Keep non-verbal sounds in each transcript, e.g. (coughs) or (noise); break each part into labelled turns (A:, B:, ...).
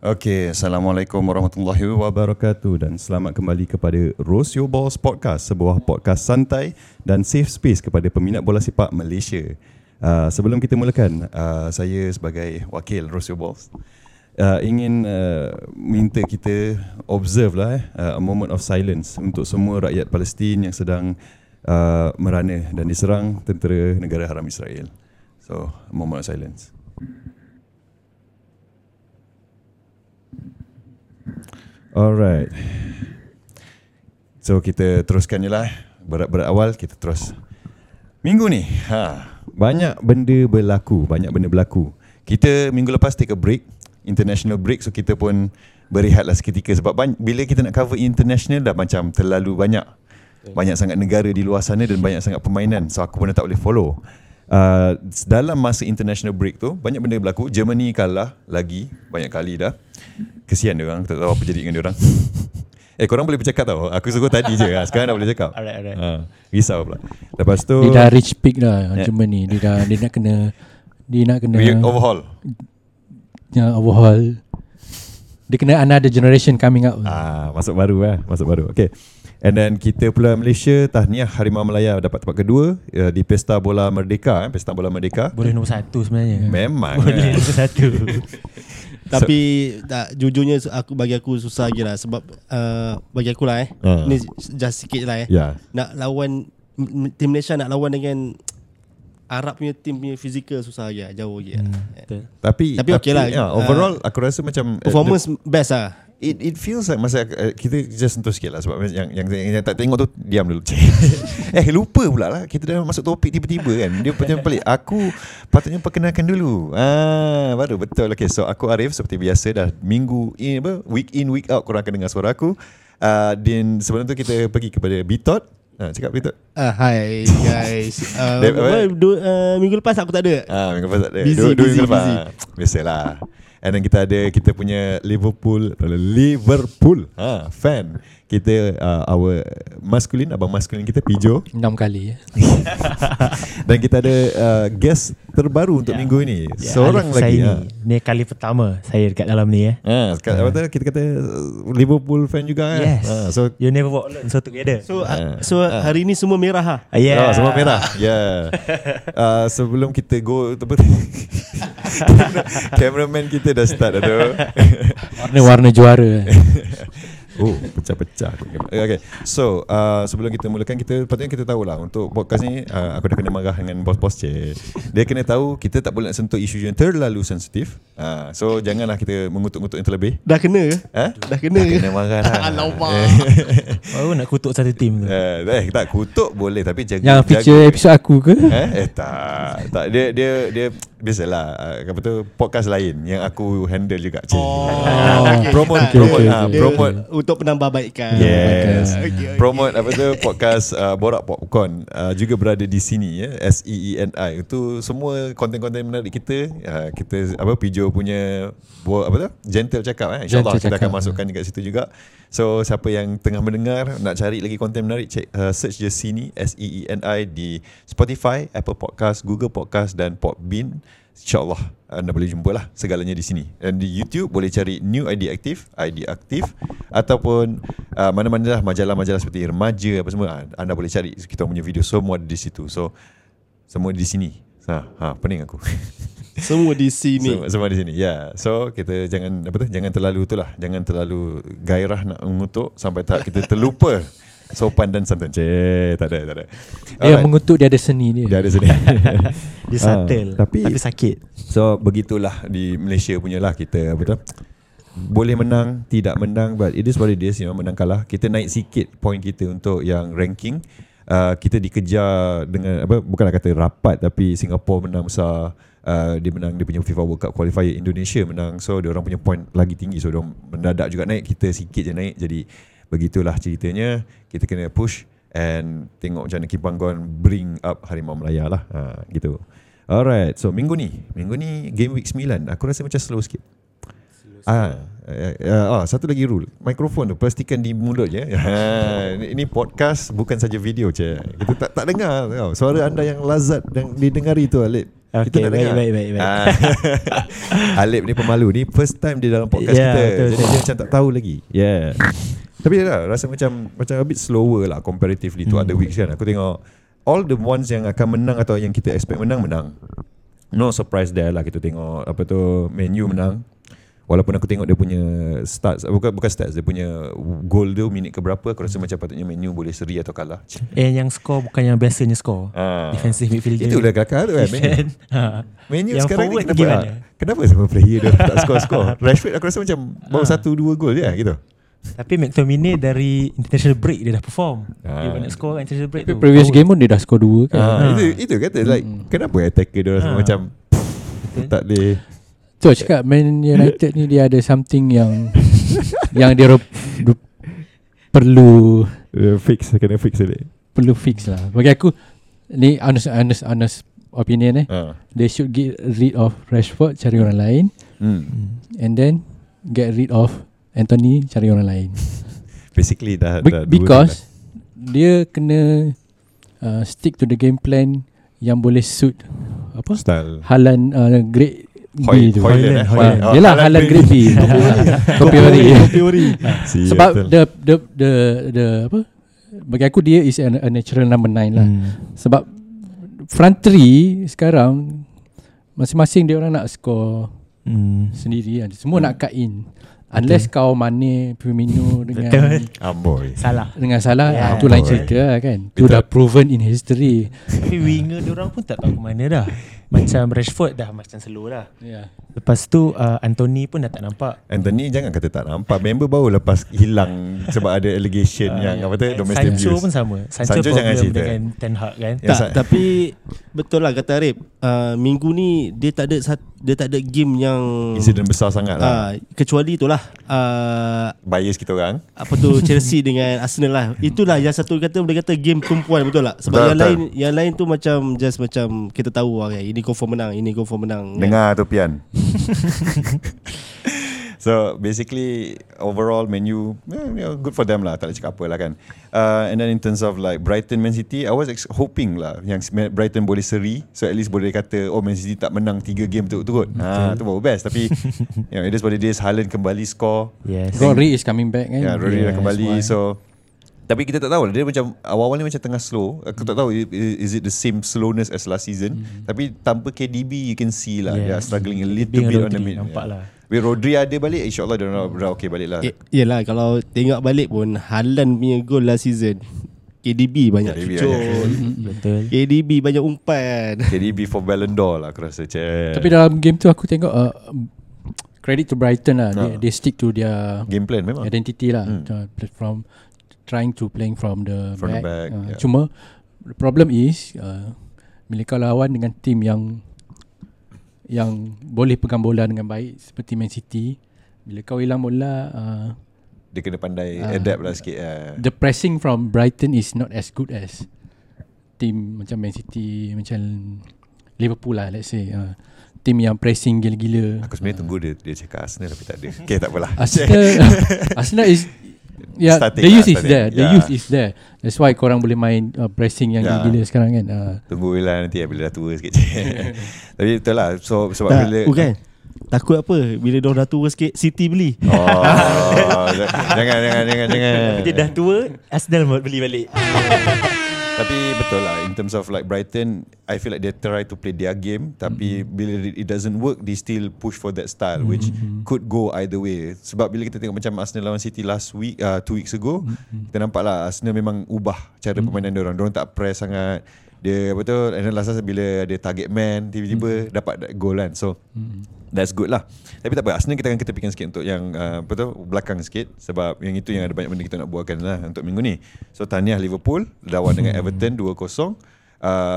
A: Okey, Assalamualaikum warahmatullahi wabarakatuh dan selamat kembali kepada Rose Your Balls Podcast, sebuah podcast santai dan safe space kepada peminat bola sepak Malaysia. Uh, sebelum kita mulakan, uh, saya sebagai wakil Rose Your Balls uh, ingin uh, minta kita observe lah eh, uh, a moment of silence untuk semua rakyat Palestin yang sedang uh, merana dan diserang tentera negara haram Israel. So, a moment of silence. Alright. So kita teruskan je lah eh. Berat-berat awal kita terus. Minggu ni, ha, banyak benda berlaku, banyak benda berlaku. Kita minggu lepas take a break, international break so kita pun berehatlah seketika sebab bany- bila kita nak cover international dah macam terlalu banyak. Banyak sangat negara di luar sana dan banyak sangat permainan. So aku pun dah tak boleh follow. Uh, dalam masa international break tu banyak benda berlaku. Germany kalah lagi banyak kali dah. Kesian dia orang, tak tahu apa jadi dengan dia orang. (laughs) eh korang boleh bercakap tau. Aku suruh tadi je. Ha, Sekarang dah boleh cakap.
B: Alright, alright.
A: Ha, risau pula. Lepas tu
C: Dia dah reach peak dah yeah. Germany Dia dah dia nak kena Dia nak kena
A: we overhaul.
C: ya, overhaul Dia kena another generation coming up
A: Ah, masuk baru lah, masuk baru. Okay. And then kita pula Malaysia tahniah Harimau Melaya dapat tempat kedua uh, di Pesta Bola Merdeka, eh, Pesta Bola Merdeka.
B: Boleh nombor satu sebenarnya
A: Memang. eh.
B: Boleh
A: (laughs)
B: nombor satu
D: Tapi tak, jujurnya aku bagi aku susah lagi lah sebab uh, bagi aku lah eh.
A: Ah.
D: Uh. Ni just sikit lah eh.
A: Ya.
D: Nak lawan m- tim Malaysia nak lawan dengan Arab punya tim punya fizikal susah lagi lah, jauh lagi lah.
B: Betul.
A: Tapi
D: Tapi okay lah.
A: Ya, overall uh, aku rasa macam uh,
D: Performance best lah.
A: the, it it feels like masa aku- uh, kita just sentuh sikit lah sebab yang yang, yang, yang tak tengok tu diam dulu. (laughs) eh lupa pula lah kita dah masuk topik tiba-tiba kan. Dia macam pelik. Aku patutnya perkenalkan dulu. Ah baru betul. Okay so aku Arif seperti biasa dah minggu in apa week in week out korang akan dengar suara aku. Uh, dan sebelum tu kita pergi kepada Bitot. Ha, cakap Bitot.
D: Uh, hi guys.
A: (laughs)
D: Uh,
A: Dia-
D: well, du- uh, minggu lepas aku tak ada.
A: Ah, minggu lepas tak ada.
D: Busy,
A: dua, dua
D: busy,
A: minggu lepas.
D: busy.
A: Biasalah. And then kita ada kita punya Liverpool Liverpool ha, fan. Kita uh, our maskulin abang maskulin kita
D: (laughs)
A: Pijo
C: 6 kali ya.
A: dan kita ada uh, guest terbaru
D: Ya.
A: untuk minggu ini. Seorang lagi.
B: Ya, Saya
A: Ha.
B: ni, ni kali pertama Saya dekat dalam ni eh
A: Ha, sekarang apa tu kita kata uh, Liverpool fan juga kan.
B: Yes
A: Ha, so
B: You never walk alone So together
D: So
A: Ha.
D: uh, so hari ni semua merah ha.
B: Ah, Yeah
A: Oh, semua merah.
D: (laughs)
A: Yeah. uh, sebelum kita go (laughs) apa tu? cameraman kita dah start aduh.
C: Warna-warna
B: (laughs)
C: juara
A: Oh pecah-pecah Okay So uh, Sebelum kita mulakan Kita patutnya kita tahulah Untuk podcast ni uh, Aku dah kena marah Dengan bos-bos je Dia kena tahu Kita tak boleh nak sentuh Isu yang terlalu sensitif uh, So janganlah kita Mengutuk-ngutuk yang terlebih
D: Dah kena ke?
A: Ha?
D: Dah kena. (laughs)
A: Kena marah lah
D: Alamak.
A: eh,
B: Baru nak kutuk satu tim tu
A: eh, eh, Tak kutuk boleh Tapi jaga
C: Yang feature
A: jaga.
C: episod aku ke
A: Eh, eh tak, tak dia dia dia biasalah uh, apa tu podcast lain yang aku handle juga. Oh,
B: Ah,
A: promote
D: Okay,
A: promote
C: okay,
A: ah,
C: okay.
A: promote
D: Untuk penambahbaikan.
A: Yes.
D: Okay, okay.
A: Promote apa tu podcast uh, Borak Popcorn uh, juga berada di sini ya S E E N I itu semua konten-konten menarik kita uh, kita apa Pijo punya buat apa tu gentle cakap eh insyaallah
C: Gentle
A: kita akan
C: Cakap.
A: masukkan dekat situ juga. So siapa yang tengah mendengar nak cari lagi konten menarik check uh, search je sini S E E N I di Spotify, Apple Podcast, Google Podcast dan Podbean. InsyaAllah anda boleh jumpa lah segalanya di sini Dan di YouTube boleh cari New ID Aktif ID Aktif Ataupun uh, mana-mana lah majalah-majalah seperti Remaja apa semua ah, Anda boleh cari kita punya video semua ada di situ So semua di sini Ha, ha pening aku (laughs)
D: Semua di sini.
A: semua, semua di sini ya yeah. So kita jangan apa tu Jangan terlalu tu lah Jangan terlalu gairah nak mengutuk Sampai tak kita terlupa Sopan dan santun Cik tak ada tak ada
C: Dia
A: Alright.
C: mengutuk dia ada seni dia
A: Dia ada sini
B: Dia
A: Ah,
B: subtle
A: tapi-
B: tapi sakit
A: So begitulah di Malaysia punya lah kita apa tu boleh menang, tidak menang but it is what it is you know, menang kalah. Kita naik sikit point kita untuk yang ranking. Uh, kita dikejar dengan apa bukanlah kata rapat tapi Singapore menang besar. Uh, dia menang dia punya FIFA World Cup qualifier Indonesia menang. So dia orang punya point lagi tinggi. So dia orang mendadak juga naik, kita sikit je naik. Jadi begitulah ceritanya. Kita kena push and tengok macam mana Kim Panggon bring up Harimau Melaya lah. Ha, gitu. Alright, so minggu ni, minggu ni game week 9. Aku rasa macam slow sikit. Ah, ah, ah, ah, satu lagi rule. Mikrofon tu pastikan di mulut je.
B: Ah.
A: Ha, (laughs) ini ini podcast bukan saja video je. Kita tak tak dengar tau. Suara anda yang lazat dan didengari tu Alip. Kita
B: Okay,
A: nak
B: baik,
A: dengar.
B: baik, baik, baik.
A: Ah. (laughs) Alip ni pemalu ni first time dia dalam podcast
B: Yeah,
A: kita.
B: Ya, betul, Ya.
A: Jadi
B: betul.
A: dia macam tak tahu lagi. Yeah. Tapi lah rasa macam macam a bit slower lah comparatively to
B: Hmm.
A: other weeks kan. Aku tengok all the ones yang akan menang atau yang kita expect menang menang. No surprise there lah kita tengok apa tu menu menang. Walaupun aku tengok dia punya stats bukan bukan stats dia punya goal dia minit ke berapa aku rasa macam patutnya menu boleh seri atau kalah.
B: Eh, yang skor bukan yang biasanya skor.
A: Ah.
B: Defensive midfielder. (laughs)
A: Itulah kakak tu kan. Man U.
B: Defend. Ha.
A: Man U
B: Yang
A: sekarang ni
B: forward
A: kenapa
B: gimana?
A: ah? Kenapa semua player dia tak skor-skor (laughs) Rashford aku rasa macam Baru satu dua gol je lah gitu
B: Tapi McTominay dari international break dia dah perform. Dia
A: Ah.
B: banyak skor kat international break
C: Tapi
B: tu. Oh.
C: previous
B: Tahu
C: game pun dia dah skor 2 kan.
A: ah, Hmm. itu, itu kata like Kenapa attacker dia rasa
B: Ah.
A: macam pff, Tak boleh
C: Tu aku cakap Man United ni dia ada something
B: (laughs)
C: yang yang dia rup, rup, perlu
A: uh, Fix Kena fix dia
C: perlu fix lah. Bagi aku ni honest honest honest opinion eh.
A: ah.
C: They should get rid of Rashford cari orang lain
A: hmm.
C: and then get rid of Anthony cari orang lain.
A: Basically dah,
C: Be-
A: dah dua
C: because dia kena uh, stick to the game plan yang boleh suit
A: dah.
C: apa
A: Style
C: Halan uh, grade B
A: Hoy-
C: tu.
A: Hoyland, eh, Hoyland.
C: Ha,
A: Oh,
C: Yelah
A: Haaland
C: Halan grade
A: grade
C: B. (laughs)
A: (laughs)
C: Kopiori.
D: Teori.
A: si
C: Sebab
A: Seattle.
C: the the the the apa? Bagi aku dia is an, a natural number 9 lah.
B: Hmm.
C: Sebab front three sekarang masing-masing dia orang nak score
B: Hmm.
C: sendiri kan. Semua nak cut in. Unless kau Mane, Firmino dengan
B: Betul.
A: Amboi
B: Salah.
C: dengan salah yeah.
B: Yeah.
C: tu lain
A: Betul.
C: cerita lah kan. Tu
A: Betul.
C: dah proven in history.
A: (laughs)
B: Tapi winger dia orang pun tak tahu ke mana dah. Macam Rashford dah macam slow dah.
C: Yeah.
B: Lepas tu uh, Anthony pun dah tak nampak.
A: Anthony jangan kata tak nampak Member baru lepas hilang Sebab ada allegation Yang apa tu Domestic
B: Sancho
A: abuse
B: pun sama.
A: Ah.
B: Sancho,
A: Sancho
B: Sancho
A: jangan
B: problem
A: cerita.
B: dengan Ten Hag kan.
A: Ya,
D: Tak,
A: Sa-
D: tapi betul lah kata Arif. Uh, minggu ni dia tak ada sat- dia tak ada game yang
A: Insiden besar sangat lah
D: Ah, kecuali itulah uh,
A: Bias kita orang
D: apa tu
A: (laughs)
D: Chelsea dengan Arsenal lah. Itulah yang satu kata boleh kata game tumpuan betul tak? Sebab
A: Betul,
D: yang
A: betul.
D: lain yang lain tu macam just macam kita tahu lah kan. Ini confirm menang, ini confirm menang.
A: Dengar tu pian. (laughs) so basically overall menu good for them lah tak nak cakap apa lah kan. Uh, and then in terms of like Brighton Man City I was ex- hoping lah yang Man- Brighton boleh seri so at least boleh kata oh Man City tak menang 3 game turut-turut. Ha tu baru best tapi (laughs) you know it is what it is Haaland kembali score.
B: Yes.
C: Rory is coming back kan.
A: Ya, yeah, Rory yeah, dah
C: that's
A: kembali.
C: why.
A: So tapi kita tak tahu lah. Dia macam awal-awal ni macam tengah slow. Aku tak tahu i- i- is it the same slowness as last season. Mm. Tapi tanpa KDB you can see lah yeah. they are
B: Yes.
A: struggling a little
B: Being
A: bit
B: Rodri,
A: on the mid.
B: nampak lah.
A: With Rodri ada balik insyaallah dia orang dah okay balik lah.
D: Eh, yelah kalau tengok balik pun Haaland punya gol last season. KDB banyak
A: KDB
D: eh, cucuk.
B: Betul.
D: KDB banyak umpan.
A: KDB for Ballon d'Or lah aku rasa. Cik.
C: Tapi dalam game tu aku tengok uh, credit to Brighton
A: Ah.
C: lah. They, they stick to their
A: game plan memang.
C: identity lah uh, play- from trying to playing from
A: Hmm.
C: the
A: From the
C: back,
A: back,
C: Uh,
A: yeah.
C: cuma the problem is uh, bila kau lawan dengan tim yang yang boleh pegang bola dengan baik seperti Man City bila kau hilang bola uh,
A: Dia kena pandai
C: Ah.
A: adapt lah sikit. Uh.
C: the pressing from Brighton is not as good as team macam Man City macam Liverpool lah let's say uh, team yang pressing gila-gila
A: Aku sebenarnya tunggu dia dia cakap Arsenal tapi tak ada. Okay tak apalah.
C: Arsenal Arsenal is Yeah,
A: Starting
C: the
A: lah,
C: youth is
A: starting.
C: there. The
A: Yeah.
C: youth is there. That's why korang boleh main uh, pressing yang
A: Yeah.
C: yeah. gila sekarang kan. Uh,
A: Tunggu lah nanti eh, bila dah tua sikit. tapi betul lah. So sebab
D: Tak,
A: bila
D: bukan. Takut apa bila dia dah tua sikit City beli.
A: Oh, jangan jangan jangan jangan.
B: Dia dah tua, Arsenal mau beli balik.
A: Tapi betul lah in terms of like Brighton, I feel like they try to play their game tapi bila it- it doesn't work, they still push for that style which could go either way. Sebab bila kita tengok macam Arsenal lawan City last week, uh, two weeks ago, kita nampak lah Arsenal memang ubah cara permainan dia orang. Dia tak press sangat. Dia apa tu, and then last time bila ada target man tiba-tiba dapat that goal kan. So That's good lah Tapi tak apa Arsenal kita akan kita fikir sikit Untuk yang uh, Apa tu Belakang sikit Sebab yang itu Yang ada banyak benda Kita nak buatkan lah Untuk minggu ni So tahniah Liverpool Lawan
C: (laughs)
A: dengan Everton 2-0 uh,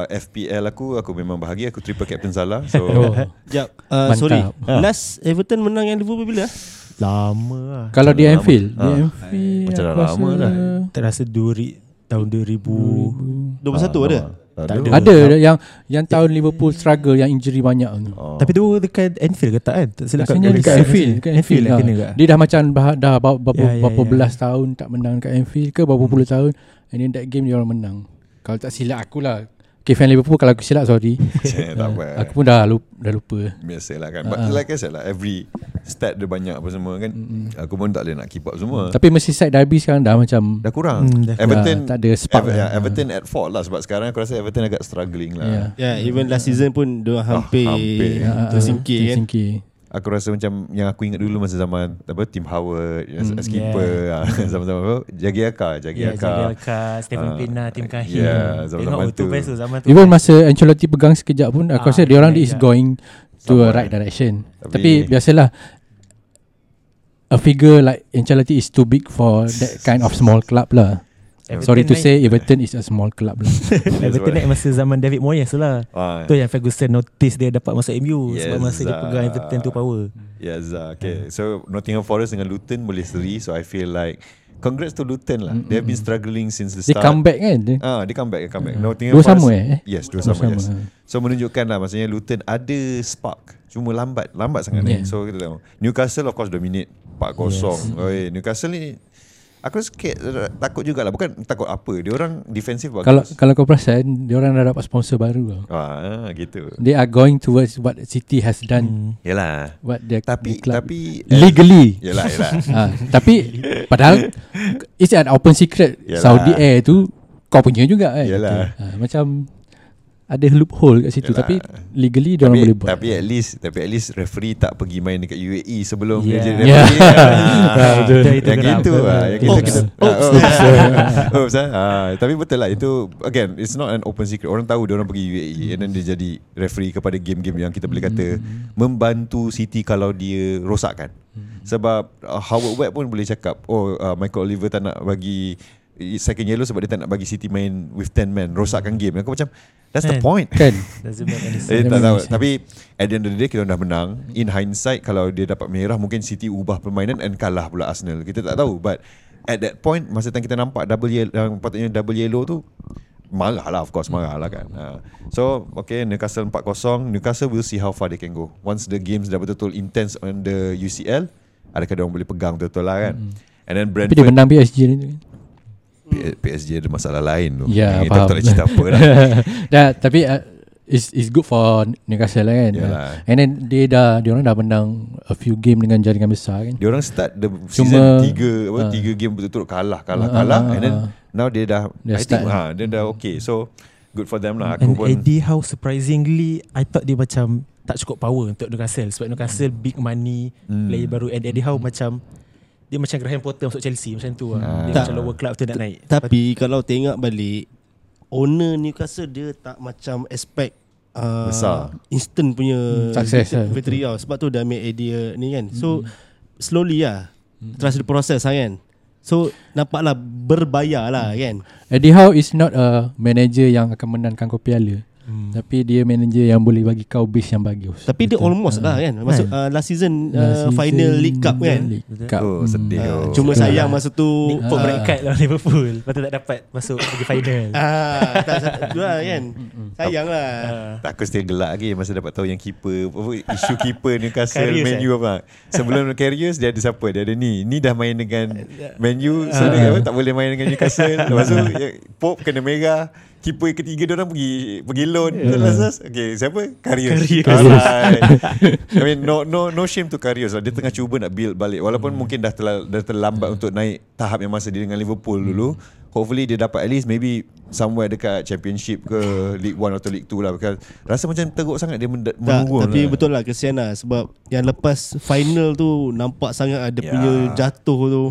A: FPL aku Aku memang bahagia Aku triple captain Salah
C: (laughs)
A: So
C: Oh.
A: (laughs)
D: Jap.
C: Mantap.
D: Uh, sorry.
A: Ah.
D: Last Everton menang dengan Liverpool bila?
B: Lama lah.
C: kalau di
A: lama.
C: Anfield, di
A: Ah.
C: Anfield
A: Macam dah
C: aku rasa
A: lama dah.
B: Terasa duri, tahun 2000.
D: 21 ada.
A: Ah, Tak
B: ada.
A: ada
C: Ada yang yang tahun Liverpool struggle yang injury banyak tu.
A: oh.
B: Tapi tu dekat Anfield ke tak kan? Tak silap
C: Rasanya dekat Anfield, dekat Anfield.
B: lah.
C: Anfield,
B: Kena
C: lah.
B: ke?
C: Dia dah macam dah, dah berapa, berapa,
B: Ya, ya,
C: berapa
B: ya.
C: belas tahun tak menang dekat Anfield ke berapa puluh tahun and then that game dia orang menang. Kalau tak silap aku lah Okay fan Liverpool Kalau aku silap sorry
A: tak apa.
C: (laughs) Aku Ah. pun dah lupa, dah lupa
A: Biasalah kan But like I said lah Every stat dia banyak apa semua kan Aku pun tak boleh nak keep up semua
C: Tapi Merseyside Derby sekarang dah macam
A: Dah kurang
B: Hmm, dah
A: hmm, Everton
C: kurang. Tak ada spark
A: Ever-
C: lah.
A: yeah, Everton at fault lah Sebab sekarang aku rasa Everton agak struggling lah yeah.
C: Ya.
D: Yeah, even last season pun dia hampir,
A: Ah, hampir.
D: hampir. tersingkir kan.
C: Ah, Tersingkir
A: Aku rasa macam Yang aku ingat dulu masa zaman Apa Tim Howard As, as keeper ah, (laughs) Zaman-zaman apa Jagi Aka Jagi
B: Ya,
A: Aka
B: Jagi Akar, Stephen
A: Ah,
B: Pina, Tim Kahil.
A: yeah, zaman-zaman
B: Tengok tu
A: tu.
B: best tu zaman tu.
C: Even masa Ancelotti pegang sekejap pun Aku
B: Ah,
C: rasa dia orang
B: ya,
C: yeah, is
B: ya.
C: going To a
A: Somewhere.
C: right direction
A: Tapi-
C: Tapi, biasalah A figure like Ancelotti is too big For that kind of small club lah
B: Everton
C: Sorry to
B: naik-
C: say Everton is a small club lah
B: Everton naik masa zaman David Moyes tu lah.
A: ah,
B: Tu yang Ferguson notice dia dapat masuk MU yes, sebab
A: Yes,
B: masa dia
A: ah.
B: pegang Everton tu power.
A: Yes ah, Okay So Nottingham Forest dengan Luton Boleh seri So I feel like Congrats to Luton lah They have been struggling Since the
C: Dia
A: start
C: come back kan dia,
A: Ah, dia comeback, dia comeback. Nottingham
C: Dua
A: Forest-
C: sama eh?
A: Yes, dua
C: Dua
A: sama,
C: sama,
A: yes.
C: ha.
A: So menunjukkan lah maksudnya Luton ada spark. Cuma lambat, lambat sangat yeah. eh.
C: Yeah.
A: So kita tahu. Newcastle of course dominate 4-0. Yes. Oi, Newcastle ni aku sikit eh, takut jugalah. Bukan takut apa. Dia orang defensif bagus.
C: Kalau kalau kau perasan Dia orang dah dapat sponsor baru tau.
A: ah, gitu.
C: They are going towards What City has done
A: Yalah.
C: What the,
A: Hmm. Tapi
C: the club
A: tapi
C: Legally
A: Yalah, yalah.
C: (laughs) ha, Tapi Padahal It's an open secret
A: Yalah.
C: Yalah. Saudi Air tu Kau punya juga kan
A: Yalah.
C: ha, Macam Ada loophole kat situ
A: Yalah.
C: Yalah. Tapi Legally dia orang
A: tapi,
C: boleh buat
A: tapi at least tapi at least referee tak pergi main dekat UAE sebelum
B: Yeah.
A: dia jadi
C: Yeah.
A: referee. Ah.
C: (laughs) Ah, Ya. betul.
B: Itu
A: yang
B: geram.
A: gitu lah yang gitu
D: Oops.
A: kita ah,
C: (laughs)
A: oops ah. oops (laughs) ah. Ah, tapi betul lah itu again it's not an open secret orang tahu dia orang pergi UAE and then dia jadi referee kepada game-game yang kita boleh kata
C: Hmm.
A: membantu City kalau dia rosakkan sebab uh, Howard Webb pun boleh cakap oh uh, Michael Oliver tak nak bagi second yellow sebab dia tak nak bagi City main with 10 men rosakkan game aku macam that's the
C: (laughs)
B: Kan.
A: point (laughs)
C: Kan
B: Doesn't make any sense.
A: Eh,
C: Dia
A: tak
C: main
A: tahu
C: Malaysia.
A: Tapi At the end of the day Kita dah menang In hindsight Kalau dia dapat merah Mungkin City ubah permainan And kalah pula Arsenal Kita tak tahu But At that point Masa time kita nampak Double yellow yang Patutnya double yellow tu Marah lah of course Marah lah kan ha. So Okay Newcastle 4-0 Newcastle will see How far they can go Once the games Dah betul-betul intense On the UCL Adakah dia orang boleh pegang Betul-betul lah kan And then
C: Hmm. Tapi
A: Brentford
C: dia menang PSG ni tu. (laughs)
A: P- PSG ada masalah lain tu
C: Ya,
A: Yang kita tak
C: faham.
A: nak cerita apa lah
C: (laughs) Dah Tapi uh, It's, it's good for Newcastle lah kan
A: Yalah.
C: And then Dia dah Dia orang dah menang A few game dengan jaringan besar kan
A: Dia orang start the season
C: Cuma-
A: 3 apa 3 game betul-betul kalah kalah kalah
C: ah,
A: and then
C: ah.
A: now dia dah
C: Dia
A: I think
C: start.
A: ha dia dah okay. So good for them lah aku
B: And
A: pun.
B: Eddie Howe surprisingly I thought dia macam tak cukup power untuk Newcastle sebab Newcastle big money
A: Hmm.
B: player baru and Eddie Howe macam dia macam Graham Potter masuk Chelsea macam tu lah.
A: Ah.
B: Dia
D: Tak.
B: macam lower club tu nak naik.
D: Tapi kalau tengok balik owner Newcastle dia tak macam expect uh,
A: Besar.
D: instant punya
C: Success lah.
D: victory tau. Sebab tu dah ambil idea ni kan. So slowly lah trust the process lah kan. So nampaklah berbayar lah kan.
C: Eddie Howe is not a manager yang akan menangkan kau piala. Hmm. Tapi dia manager yang boleh bagi kau base yang bagus.
D: Tapi dia almost lah kan. Masuk uh, last season uh, final League Cup kan.
C: League Cup.
A: Oh sedih.
C: Ah.
D: Uh,
A: oh.
D: cuma sayang masa tu
B: Put break cut lawan (laughs) Liverpool Lepas tu tak dapat masuk pergi (laughs) final
D: Ah, tak satu lah kan. Sayang lah.
A: Tak, aku still gelak lagi masa dapat tahu yang keeper apa
C: (laughs)
A: isu keeper Newcastle
B: Karius,
A: Man
B: eh?
A: U apa. Sebelum (laughs) Carriers dia ada siapa? Dia ada ni. Ni dah main
C: (laughs)
A: dengan Man U
C: Ah.
A: so dia apa, tak boleh main dengan Newcastle. Lepas tu ya, Pope kena merah. Keeper ketiga dia orang pergi pergi loan. Lepas tu okay, siapa? Carriers.
B: Karius.
A: Alright. I mean no no no shame to Carriers lah. Dia tengah cuba nak build balik walaupun mungkin dah terla, dah terlambat untuk naik tahap yang masa dia dengan Liverpool dulu. Hopefully dia dapat at least maybe somewhere dekat championship ke League 1 atau League 2 lah because rasa macam teruk sangat dia menda-
D: Tak,
A: mengurung
D: tapi
A: lah.
D: betul lah kesian lah sebab yang lepas final tu nampak sangat ada
A: Ya.
D: yeah. punya jatuh tu.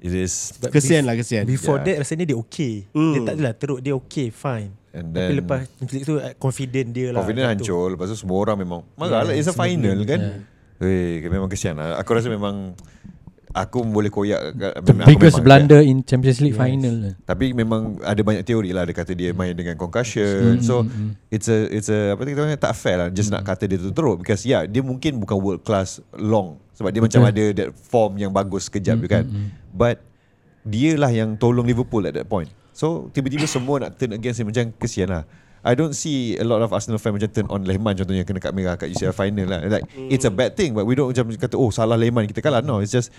A: It is
D: Yeah. Kesian lah kesian.
B: Before
A: Yeah.
B: yeah. that rasanya dia okay mm. Dia tak adalah teruk Dia okay fine
A: And
B: Tapi
A: then-
B: lepas Champions League tu eh, Confident dia lah
A: Confidence
B: macam tu.
A: hancur Lepas tu semua orang memang Marah lah It's a final kan Weh, memang kesian lah Aku rasa memang Aku boleh koyak
C: The
A: memang- aku
C: biggest
A: memang-
C: blunder in Champions League yes. final. lah.
A: Tapi memang ada banyak teori lah dia kata dia main dengan concussion. Mm, so mm. it's a it's a apa kita panggil tak fair lah just mm. nak kata dia tu teruk because yeah dia mungkin bukan world class long sebab dia macam ada that form yang bagus sekejap mm, kan. Mm, But dia lah yang tolong Liverpool at that point. So tiba-tiba semua nak turn against dia macam kesian lah. I don't see a lot of Arsenal fan macam turn on Lehman contohnya kena kat merah kat UCL final lah. Like mm. it's a bad thing but we don't macam kata oh salah Lehman kita kalah. No, it's just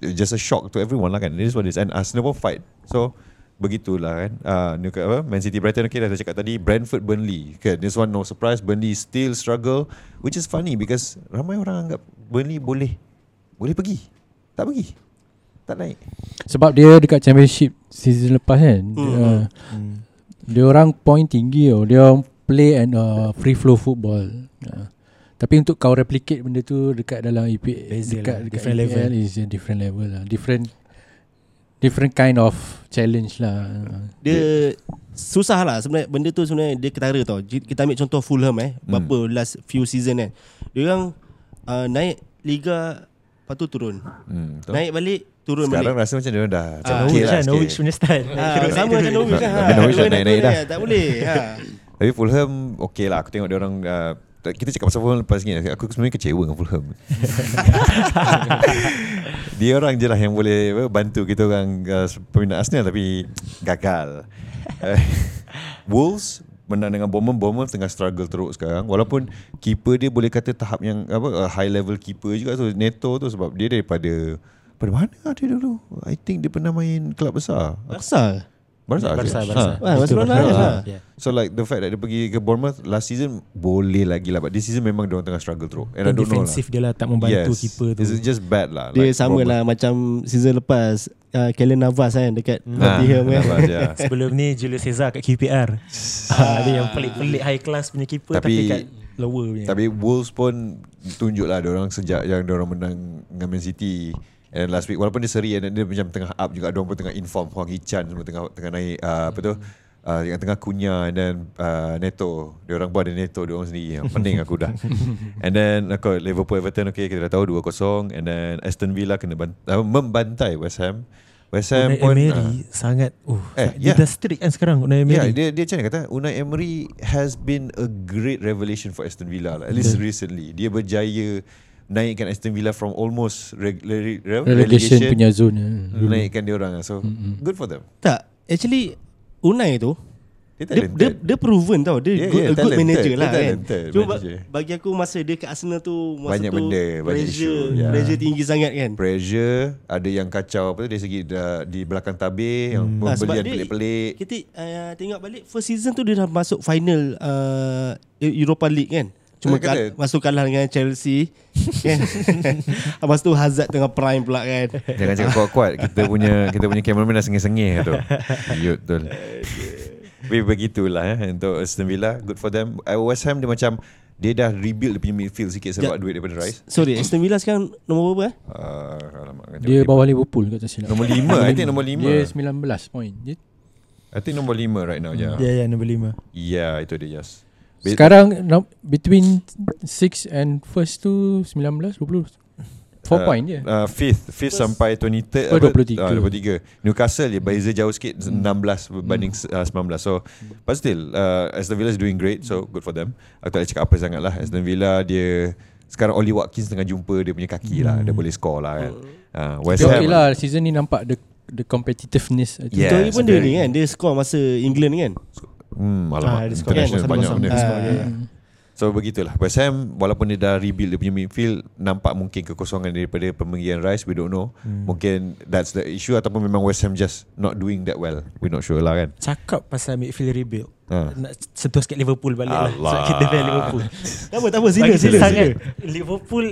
A: it's just a shock to everyone lah kan. It is what it is. And Arsenal pun uh, fight. So Begitulah kan uh, apa? Man City Brighton Okay dah cakap tadi Brentford Burnley okay, This one no surprise Burnley still struggle Which is funny Because Ramai orang anggap Burnley boleh Boleh pergi Tak pergi Tak naik
C: Sebab dia dekat championship season lepas kan.
A: Hmm,
C: Dia, hmm. dia orang point tinggi oh. Dia orang play and uh, free flow football. Uh. Tapi untuk kau replicate benda tu dekat dalam EPL
B: Beza
C: dekat
B: lah,
C: dekat
B: different
C: EPL
B: level.
C: is a different level lah. Different different kind of challenge lah. Uh.
D: Dia susah lah sebenarnya benda tu sebenarnya dia ketara tau. J- Kita ambil contoh Fulham eh,
A: Hmm.
D: berapa last few season kan. Dia orang uh, naik liga lepas tu turun.
A: hmm, betul?
D: Naik balik, turun
A: Sekarang lah.
D: balik.
A: rasa macam dia orang dah Macam okay
D: Ah,
B: Norwich
A: lah
B: kan Norwich
A: sikit
B: punya style (laughs)
D: Ha, sama macam Norwich lah.
A: Tapi Norwich
D: Dia
A: dah naik-naik
D: turun
A: dah.
D: eh, Tak boleh.
A: (laughs)
D: Ha.
A: Tapi Fulham Okay lah Aku tengok dia orang uh, Kita cakap pasal Fulham lepas ni Aku sebenarnya kecewa dengan Fulham Dia orang je lah yang boleh apa, Bantu kita orang uh, Peminat Arsenal Tapi Gagal Eh, Wolves Menang dengan Bournemouth Bournemouth tengah struggle teruk sekarang Walaupun Keeper dia boleh kata Tahap yang apa uh, High level keeper juga tu Neto tu sebab Dia daripada Pada mana dia dulu I think dia pernah main Kelab besar
D: Barca.
A: Barca ke?
B: Barca
A: Ha.
B: Barca
D: Ah, Barcelona
A: Barca.
D: lah.
B: Yeah.
A: So like the fact that dia pergi ke Bournemouth last season boleh lagi lah but this season memang dia orang tengah struggle teruk. And I
B: Dan
A: don't know
B: defensif
A: lah.
B: dia lah Tak membantu keeper tu
A: It's just bad lah.
D: Dia sama lah macam season lepas uh, Kellen Navas kan dekat
A: Hmm. (laughs) Ah,
D: Nottingham kan.
A: lah, yeah.
B: Sebelum ni Julius Caesar kat
A: (laughs)
B: QPR ah, Dia yang pelik-pelik high class punya keeper Tapi,
A: Tapi-
B: kat lower punya
A: Tapi Wolves pun tunjuk lah orang sejak yang orang menang dengan Man City and last week walaupun dia seri and dia macam tengah up juga orang pun tengah inform Huang Hichan semua tengah tengah naik uh, apa tu uh, yang tengah kunya and then uh, Neto dia orang pun ada Neto dia orang sendiri yang pening aku dah and then aku Liverpool Everton okay kita dah tahu 2-0 and then Aston Villa kena bant- uh, membantai West Ham West Ham
B: Unai
A: pun
B: Emery
A: ah,
B: sangat oh,
A: Eh,
B: Dia
A: yeah.
B: dah strict kan sekarang Unai
A: Ya, yeah,
B: Emery
A: dia dia macam mana kata Unai Emery has been a great revelation for Aston Villa lah, at least recently. Dia berjaya naikkan Aston Villa from almost reg- re- re-
C: Relegation,
A: relegation,
C: punya zone. ya.
A: naikkan dia orang. lah. So mm-hmm. good for them.
D: Tak, actually Unai tu
A: Dia
D: dia,
A: talented.
D: dia, dia proven tau Dia
A: Yeah, yeah,
D: yeah, good, yeah, a good
A: talented.
D: manager
A: Dia
D: lah kan
A: talented
D: Cuma ba-
A: manager.
D: bagi aku masa dia kat Arsenal tu masa
A: Banyak
D: tu
A: benda, banyak
D: pressure,
A: isu, yeah.
D: Pressure tinggi sangat kan
A: pressure ada yang kacau apa tu dari segi da, di belakang tabir yang
D: Ah,
A: pembelian pelik-pelik.
D: Kita uh, tengok balik First season tu dia dah masuk final uh, Europa League kan Cuma
A: Saya kata-
D: kal- masuk kalah dengan Chelsea (laughs) kan? Lepas tu Hazard tengah prime pula kan
A: Jangan cakap kuat-kuat. Kita punya kita punya cameraman dah sengih-sengih tu. Idiot betul. Tapi begitulah eh untuk Aston Villa, good for them. Uh, West Ham dia macam dia dah rebuild dia punya midfield sikit sebab duit daripada Rice.
D: Sorry Aston Villa sekarang nombor berapa eh?
A: Uh, alamak, kan
C: Dia
A: tiba-tiba.
C: bawah Liverpool kat tak silap.
A: Nombor lima, I think nombor lima.
C: Dia 19 point. Dia
A: I think nombor lima right now. Yeah,
B: Ya
A: yeah,
B: ya nombor lima
A: yeah itu dia yes. Be-
C: Sekarang no, between 6 and first tu 19 20. 4 uh, point je.
A: Uh, fifth, fifth sampai 23
C: Oh,
A: apa?
C: 23.
A: Ah, 23. Newcastle dia beza jauh sikit
B: Hmm.
A: 16 berbanding uh, 19. So, but still uh, Aston Villa is doing great. So, good for them. Aku tak boleh cakap apa sangat lah. Aston Villa dia sekarang Oli Watkins tengah jumpa dia punya kaki lah.
B: Hmm.
A: Dia boleh score lah kan.
B: Oh.
A: Uh, West
C: Dia
A: Ham.
C: okay lah season ni nampak the the competitiveness I think.
A: Yeah,
D: Yes, Tahun ni pun dia
A: very
D: ni kan Dia score masa England kan
A: Hmm, alamak.
B: Ah, dia score
A: international
B: kan,
A: banyak
B: kosong-kosong.
A: benda.
B: Ah.
C: Hmm.
A: So begitulah West Ham Walaupun dia dah rebuild Dia punya midfield Nampak mungkin kekosongan Daripada pemanggilan Rice We don't know hmm. Mungkin That's the issue Ataupun memang West Ham just Not doing that well We not sure lah kan
B: Cakap pasal midfield rebuild
A: Ha.
B: Nak sentuh sikit Liverpool balik lah Sebab
A: Allah.
B: kita fan Liverpool
D: (laughs) Tak apa tak apa
B: Bagi
D: Sila
B: saya
D: sila, sila.
B: sangat Liverpool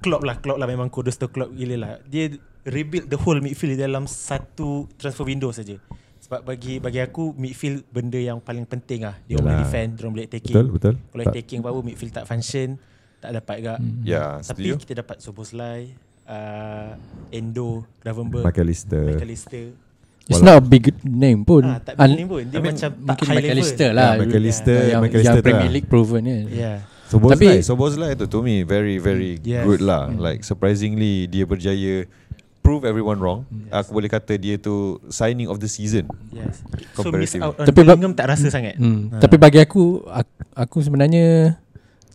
B: Klopp lah Klopp lah memang kudos to Klopp gila lah Dia rebuild the whole midfield dalam satu transfer window saja. Sebab bagi bagi aku midfield benda yang paling penting lah Dia orang boleh
A: Yalah.
B: defend, dia orang boleh taking
A: Betul, betul.
B: Kalau
A: Tak-
B: taking power midfield tak function Tak dapat gak hmm.
A: Ya
B: Tapi
A: setuju
B: kita dapat Soboslai uh, Endo, Gravenberg,
A: McAllister
B: McAllister
C: It's not a big name pun.
B: Ah, tak
C: Un-
B: big name pun Dia
A: I mean,
B: macam tak
C: mungkin
B: high
C: McAllister
B: level
C: lah.
A: Ya, McAllister,
C: yang,
A: McAllister
C: yang
A: tu
C: Premier
A: lah.
C: League proven kan.
B: Yeah
A: Sobozlai
C: Tapi- Mm.
A: Sobozlai tu to me Very very
B: Yes.
A: good lah Like surprisingly Dia berjaya Prove everyone wrong
C: Mm.
A: Aku boleh kata dia tu Signing of the season
B: Yes So miss
A: Comparative.
B: out on
C: Tapi bab-
B: Bellingham tak rasa sangat
C: Hmm. Tapi bagi aku, aku aku sebenarnya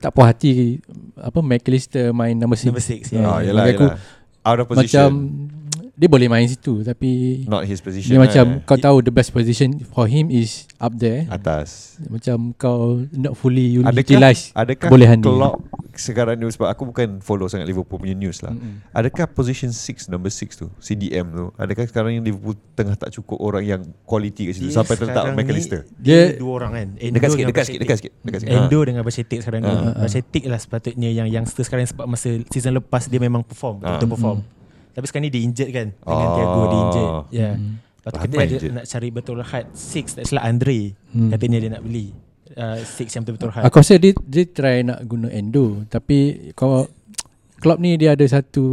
C: tak puas hati apa McAllister main number 6.
B: Number six,
A: yeah.
B: yeah.
A: ah, yelah,
C: Mm. bagi aku
A: yelah. Out of
C: macam
A: position
C: dia boleh main situ tapi
A: Not his position
C: dia
A: eh.
C: macam kau tahu the best position for him is up there.
A: Atas
C: Macam kau not fully
A: Adakah
C: utilize
A: adakah
C: kebolehan dia.
A: Klopp sekarang ni sebab aku bukan follow sangat Liverpool punya news lah. Mm-hmm. Adakah position 6 number 6 tu CDM tu adakah sekarang ni Liverpool tengah tak cukup orang yang quality kat situ sampai terletak McAllister.
B: Ni, dia
C: Dia-
B: dua orang kan. Endo
A: Dekat sikit,
B: dengan
A: dekat sikit, dekat
B: Bacetic.
A: sikit, dekat sikit.
B: Endo
A: Ha.
B: dengan Bacetic sekarang
C: Ah,
B: ni. Bacetic lah sepatutnya yang youngster sekarang sebab masa season lepas dia memang perform, betul perform.
C: Hmm.
B: Tapi sekarang ni dia injured kan dengan
A: Ah.
B: Thiago dia injured. Ya. Yeah. Lepas tu kita
A: Ramai
B: ada
A: injured.
B: nak cari betul hard six tak salah Andre katanya dia nak beli uh, six yang betul-betul hard.
C: Hmm. Aku rasa dia, dia try nak guna endo Tapi kalau Klopp ni dia ada satu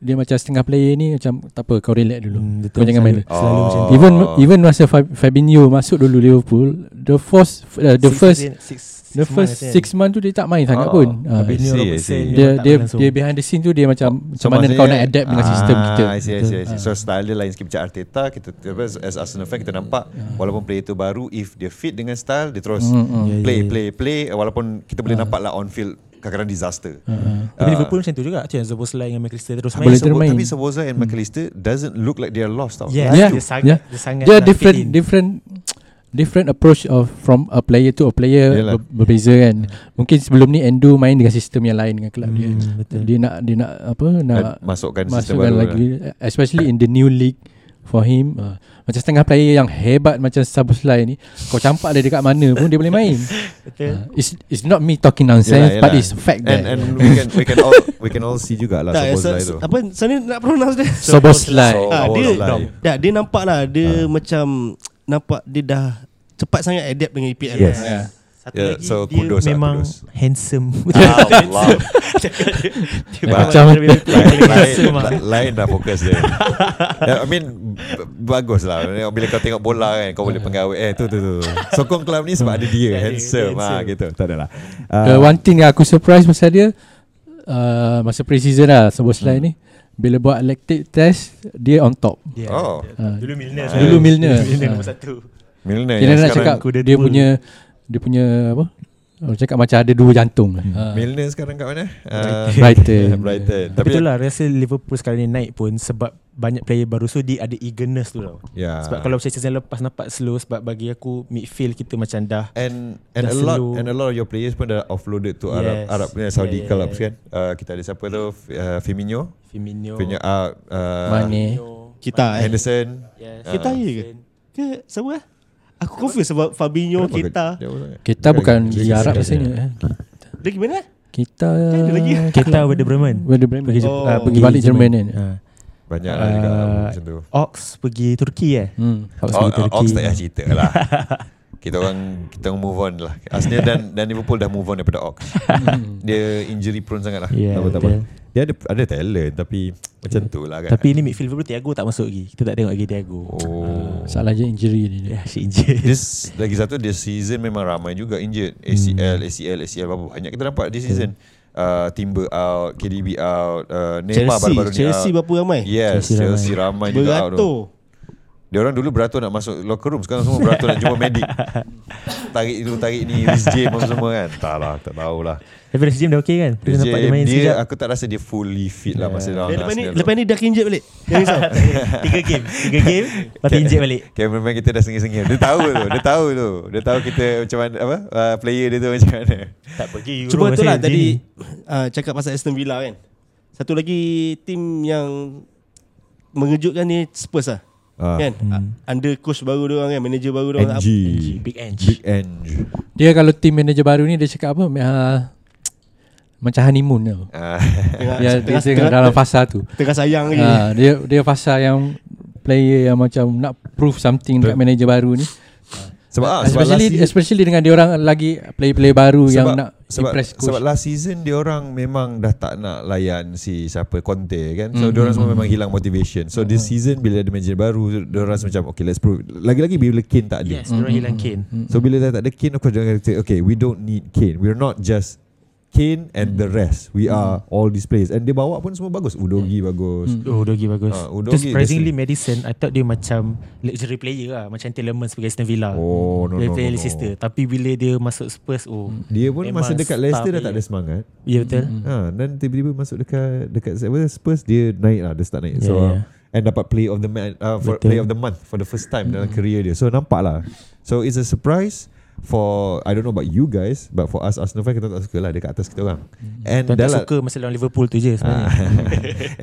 C: Dia macam setengah player ni Macam tak apa kau relax dulu
B: Hmm,
C: Kau jangan main dulu
B: Selalu macam
A: Oh.
B: tu.
C: Even even masa Fab- Fabinho masuk dulu Liverpool The first uh, The
B: Six
C: first
B: season- six, six
C: The first
B: months kan.
C: six month tu dia tak main
A: Ah,
C: sangat pun Ah,
A: tapi I see,
B: Fabinho,
A: I
B: Robertson,
A: see.
B: memang
C: Dia
B: tak
C: dia,
B: langsung.
C: dia behind the scene tu Dia macam Macam
A: Oh, So
C: mana
A: maksudnya- Ah,
C: kau nak adapt Dengan sistem kita
A: I see, I
C: Betul.
A: see, I see.
C: Ah.
A: So style dia lain sikit Macam Arteta kita, apa, As Arsenal fan kita nampak
C: Ah.
A: Walaupun player tu baru If dia fit dengan style Dia terus
B: Ya,
A: Play,
B: ya, ya.
A: play, play Walaupun kita
C: Ah.
A: boleh nampak lah On field Kadang-kadang disaster Ah.
B: Tapi Liverpool macam tu juga. Macam Zoboslai dengan McAllister terus main.
C: Ah, Boleh
A: Sebo-
C: termain. Hmm.
A: Tapi Seboza and McAllister Doesn't look like they are lost tau
B: Yeah,
C: Yeah.
B: dia sangat
C: Yeah.
B: dia sangat
C: Ya, Dia
B: nak
C: different
B: fit in.
C: different different approach of from a player to a player
A: Yalah.
C: ber, berbeza kan. Mungkin sebelum ni Endo main dengan sistem yang lain dengan kelab
B: Hmm,
C: dia.
B: betul.
C: Dia nak dia nak apa nak
A: Dan Masukkan Kan- sistem
C: masukkan
A: baru kan. lah.
C: lagi eh, especially in the new league for him uh, macam setengah player yang hebat macam Sabusly ni kau campak dia dekat mana pun dia boleh main.
B: (laughs) Betul.
C: Uh, it's it's not me talking nonsense
A: Yelah,
C: but
A: yelah.
C: it's fact
A: And,
C: that.
A: and we can we can all we can all see juga lah
D: Tak,
A: Seboza
D: so-
A: itu.
D: so- apa Sani nak pronounce
B: (laughs)
D: dia?
C: Soboslai.
A: So-
D: Ah, dia
A: Oh, Soboslai. Ah.
D: dah, dia nampak lah dia macam nampak dia dah cepat sangat adapt dengan EPL.
A: Yes.
D: Ah.
B: Satu
A: Yeah,
B: lagi
A: so
B: dia
A: kudos lah,
B: memang
A: kudos.
B: handsome. (laughs)
A: Allah.
B: Dia
C: Dah
B: memang
C: kacau.
B: lebih-
A: Lain,
B: (laughs) lebih handsome
A: lain,
B: lah.
A: la- lain dah fokus dia Yeah, I mean b- Bagus lah Bila kau tengok bola kan Kau boleh penggawe Eh tu tu tu Sokong club ni sebab ada dia Handsome
B: dia
A: ha,
B: handsome.
A: gitu. Tak adalah
C: The
A: uh,
C: one thing yang aku surprise pasal dia uh, masa pre-season lah Soboslai ni bila buat lactate test dia on top.
B: Yeah.
A: Oh.
C: Ah.
B: Dulu Milner.
A: Dulu
C: Milner.
B: Milner
C: Ah.
B: nombor satu.
A: Milner
C: Kira
A: yang
C: nak cakap
A: Eh, sekarang
B: kuda
C: dia
B: depul.
C: punya dia punya apa? Orang cakap macam ada dua jantung lah. Hmm.
A: Milner sekarang kat mana? Uh,
C: Brighton. lah.
A: Brighton
B: Tapi
A: Tapi
B: itulah rasa Liverpool sekarang ni naik pun sebab banyak player baru so dia ada eagerness tu tau.
A: Ya.
B: Sebab kalau macam season lepas nampak slow sebab bagi aku midfield kita macam dah
A: And and
B: Dah
A: a lot
B: slow.
A: and a lot of your players pun dah offloaded to Arab
B: Yes. Oh.
A: Arab punya Saudi
B: Yeah, yeah,
A: clubs
B: yeah.
A: kan. Uh, kita ada siapa tu? F- Uh, Firmino,
B: Firmino.
A: punya uh, uh,
C: Mane.
A: Ah,
D: Kita eh.
A: Henderson.
B: Yes.
D: Kita ya ke? Ke siapa eh? Aku confused sebab Fabinho
A: Kenapa
D: kita.
A: kau- jauh sangat?
C: Kita bukan
A: Dia
C: di Arab
A: sekejap.
C: rasanya. eh.
D: Dia gimana?
C: Kita
D: ada lagi?
B: Kita Werder Bremen.
C: Werder Bremen.
B: Pergi,
D: Oh.
B: oh, uh,
C: Pergi
B: pergi
C: balik Jerman kan.
B: Ha.
A: Banyak lah juga
B: Ah,
A: macam tu.
B: Ox pergi Turki eh.
C: Hmm.
A: Ox, Ox tak payah cerita
B: (laughs)
A: lah. kita orang kita orang move on lah. Asnya dan dan Liverpool dah move on daripada Ox. dia injury prone sangat lah.
B: Yeah,
A: tak apa, tak apa.
B: betul.
A: Dia ada ada talent tapi macam tu lah kan.
B: Tapi ni midfield Liverpool Thiago tak masuk lagi. Kita tak tengok lagi Thiago.
A: oh.
C: Salah je injury ni.
B: Ya, asyik
A: (laughs)
B: je.
A: This lagi satu this season memang ramai juga injured
D: Hmm.
A: ACL ACL ACL apa banyak kita nampak this season uh, Timber out KDB out uh, Neymar
D: Chelsea,
A: baru-baru ni
D: Chelsea
A: out
D: berapa ramai?
A: Yes
B: Chelsea
A: Chelsea, ramai,
B: ramai.
A: juga out tu
D: Beratur.
A: Dia orang dulu beratur nak masuk locker room Sekarang semua beratur nak jumpa
D: (laughs)
A: medik Tarik dulu tarik ni Riz James apa semua kan Tak lah tak tahulah
B: Tapi Rashid James dah okay kan? Kita
A: Riz
B: nampak dia main
A: James dia
B: sekejap.
A: aku tak rasa dia fully fit lah Masa
D: Dan
A: lawan
D: lepas ni
A: Arsenal tu.
D: lepas ni dah injet balik.
A: (laughs)
D: Jangan risau.
B: (laughs) Tiga game. Tiga game. Lepas tu injek balik.
A: Cameraman kita dah sengih-sengih Dia tahu tu Dia tahu tu Dia tahu kita macam mana apa uh, Player dia tu macam mana
B: Tak pergi Euro.
D: Cuma tu lah
B: masa
D: tadi
B: dia ni.
D: uh, cakap pasal Aston Villa kan. Satu lagi tim yang mengejutkan ni Spurs lah.
A: Ah.
D: Kan? Hmm. Under coach baru dia orang kan, manager baru dia orang.
A: NG
B: Big Ange.
A: Big Ange
C: Dia kalau team manager baru ni dia cakap apa? Ah, Macam honeymoon tau.
A: (laughs) Ah,
D: Tengah, (laughs)
C: Dia, dia,
D: tengah,
C: Ya, dia
D: tengah,
C: dalam fasa tu.
D: tengah sayang lagi.
C: Ah, dia dia fasa yang player yang macam nak prove something dekat manager baru ni.
A: Sebab ah, sebab last
C: especially
A: season,
C: especially dengan dia orang lagi player-player baru yang nak
A: sebab,
C: impress coach.
A: sebab last season dia orang memang dah tak nak layan si siapa Conte kan. So mm-hmm. dia orang semua memang hilang motivation. So
C: Mm-hmm.
A: this season bila ada manager baru dia orang rasa macam okay let's prove. Lagi-lagi bila Kane tak ada.
C: Mm-hmm.
B: Yes, dia orang hilang Kane.
A: So bila dah tak ada Kane aku jangan kata okay we don't need Kane. We're not just Kane and
B: Mm-hmm.
A: the rest. We are
C: Mm-hmm.
A: all these players and dia bawa pun semua bagus. Udogi bagus.
C: Mm.
B: Oh, Udogi bagus.
A: Ah,
B: Uh,
A: Udogi
B: Udogi surprisingly, Madison, I thought dia macam luxury player lah. Macam Tielemans sebagai Aston Villa.
A: Oh, no,
B: Dia
A: no,
B: player
A: no, no.
B: Leicester. Tapi bila dia masuk Spurs, oh.
A: Dia pun
B: memang
A: masa dekat
B: star
A: Leicester dah
B: player.
A: tak ada semangat.
B: Ya betul.
A: Ha, dan tiba-tiba masuk dekat dekat apa Spurs dia naik lah dia start naik. So
B: Yeah,
A: yeah, and dapat play of the man uh, for
B: Ya, Betul. Hmm.
A: play of the month for the first time dalam career dia. So nampak lah. So it's a surprise for I don't know about you guys but for us Arsenal fan kita tak suka lah dekat atas kita orang. And
B: Tuan
A: dah
B: Hmm. tak
A: lah,
B: suka masa lawan Liverpool tu je
A: Ah,
B: (laughs) sebenarnya.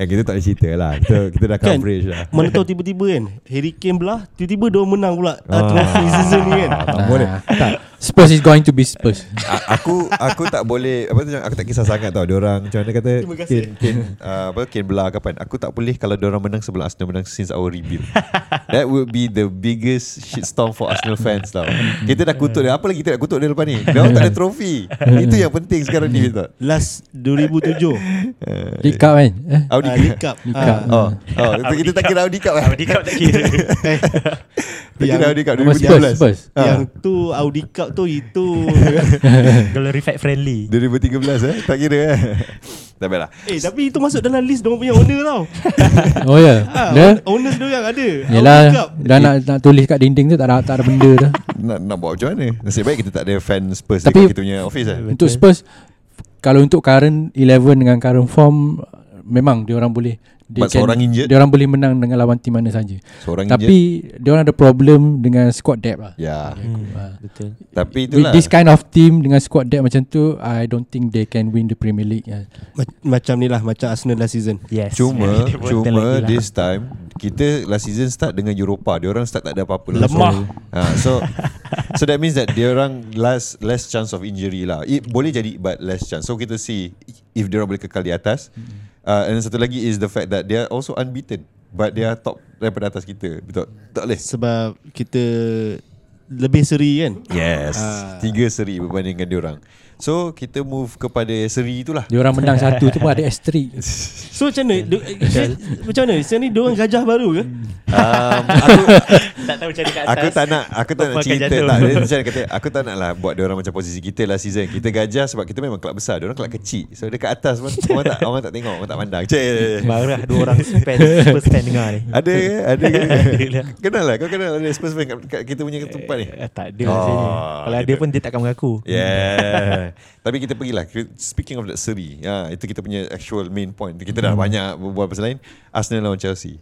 A: (laughs) eh, kita tak ada cerita lah. Kita kita dah
D: Kan?
A: coverage lah.
D: Mana tahu tiba-tiba kan Harry Kane belah Tiba-tiba dia menang pula ah.
A: Ah.
D: Trophy season ni kan
A: Tak boleh.
C: Ah, tak. Spurs is going to be
A: (laughs)
C: Spurs.
A: A- aku aku tak boleh apa tu aku tak kisah sangat tau dia orang macam mana kata Kane Kane uh, apa Kane belah kapan aku tak boleh kalau dia orang menang sebelum Arsenal menang since our rebuild that would be the biggest shitstorm for Arsenal fans tau kita dah kutuk dia apa lagi kita nak kutuk dia lepas ni dia orang tak ada trofi itu yang penting sekarang ni betul
C: (laughs)
D: Last 2007
C: League Cup kan? Eh?
A: Audi
D: uh, ah, League Cup
C: League
D: Ah.
C: Cup.
A: Oh, oh kita, kita tak kira Audi Cup lah.
B: Audi Cup tak kira.
A: (laughs) Tak
D: Eh,
A: kira Audi Cup
C: Apa Spurs?
A: 2013.
C: Spurs.
D: Yang tu Audi Cup tu Itu (laughs)
B: Kalau reflect friendly.
A: 2013 eh, tak kira eh. tak payahlah.
D: Eh tapi itu masuk dalam list Diorang punya owner tau
C: Oh ya.
A: (laughs)
D: ah,
C: Dia
D: Owners diorang ada Audi Cup
C: Yelah Dah nak, nak tulis kat dinding tu Tak ada, tak ada benda
A: (laughs)
C: dah
A: Nak, nak buat macam mana? Nasib baik kita tak ada fan Spurs
C: Tapi-
A: dekat kita punya office eh.
C: Untuk Spurs Kalau untuk current 11 Dengan current form Memang dia orang boleh
A: But seorang injured.
C: Dia orang boleh menang Dengan lawan tim mana saja
A: Seorang
C: Tapi Dia orang ada problem Dengan squad depth lah
A: Ya
B: Hmm.
C: Ah.
B: Betul.
A: Tapi
C: With
A: itulah
C: this kind of team Dengan squad depth macam tu I don't think they can win the Premier League ah.
D: Ma- Macam ni lah Macam Arsenal last season
B: Yes.
A: Cuma
B: (laughs) Dia betul
A: Cuma
B: lagi lah.
A: this time Kita last season start dengan Europa Dia orang start tak ada apa-apa
D: Lemah.
A: ha, So So that means that Dia orang less, less chance of injury lah It boleh jadi But less chance So kita see If dia orang boleh kekal di atas
B: Hmm.
A: uh, And satu lagi is the fact that They are also unbeaten But they are top Daripada atas kita Betul Tak boleh
D: Sebab kita Lebih seri kan
A: Yes
D: Ah.
A: Tiga seri berbandingkan dia orang So kita move kepada seri
B: (laughs)
A: itulah
C: Dia orang menang satu
A: (laughs)
C: tu pun ada asterisk
D: So macam mana du- dia- Macam mana Sekarang ni diorang gajah baru ke
A: um, Aku
B: tak tahu macam dekat atas.
A: Aku tak nak Aku tak nak
B: Apa akan
A: cerita
B: jatuh? (laughs)
A: tak, dia, macam dia kata, Aku tak nak lah Buat diorang macam posisi kita lah season Kita gajah sebab kita memang kelab besar Diorang kelab kecil So dekat atas pun Orang tak, orang tak tengok Orang tak pandang Cik
B: Marah dua orang span Spurs
A: (laughs)
B: fan dengar ni.
A: ada ke? Ada
B: (laughs)
A: ke?
B: Ada lah.
A: kenal lah Kau kenal ada Spurs fan kat, kat kita punya tempat ni
B: Eh, tak ada lah sini.
A: Oh,
B: Kalau ada
A: gitu.
B: pun dia takkan mengaku.
A: Eh, Yeah (laughs) Tapi kita pergilah Speaking of that seri ya, Itu kita punya actual main point Kita dah banyak berbual pasal lain Arsenal lawan Chelsea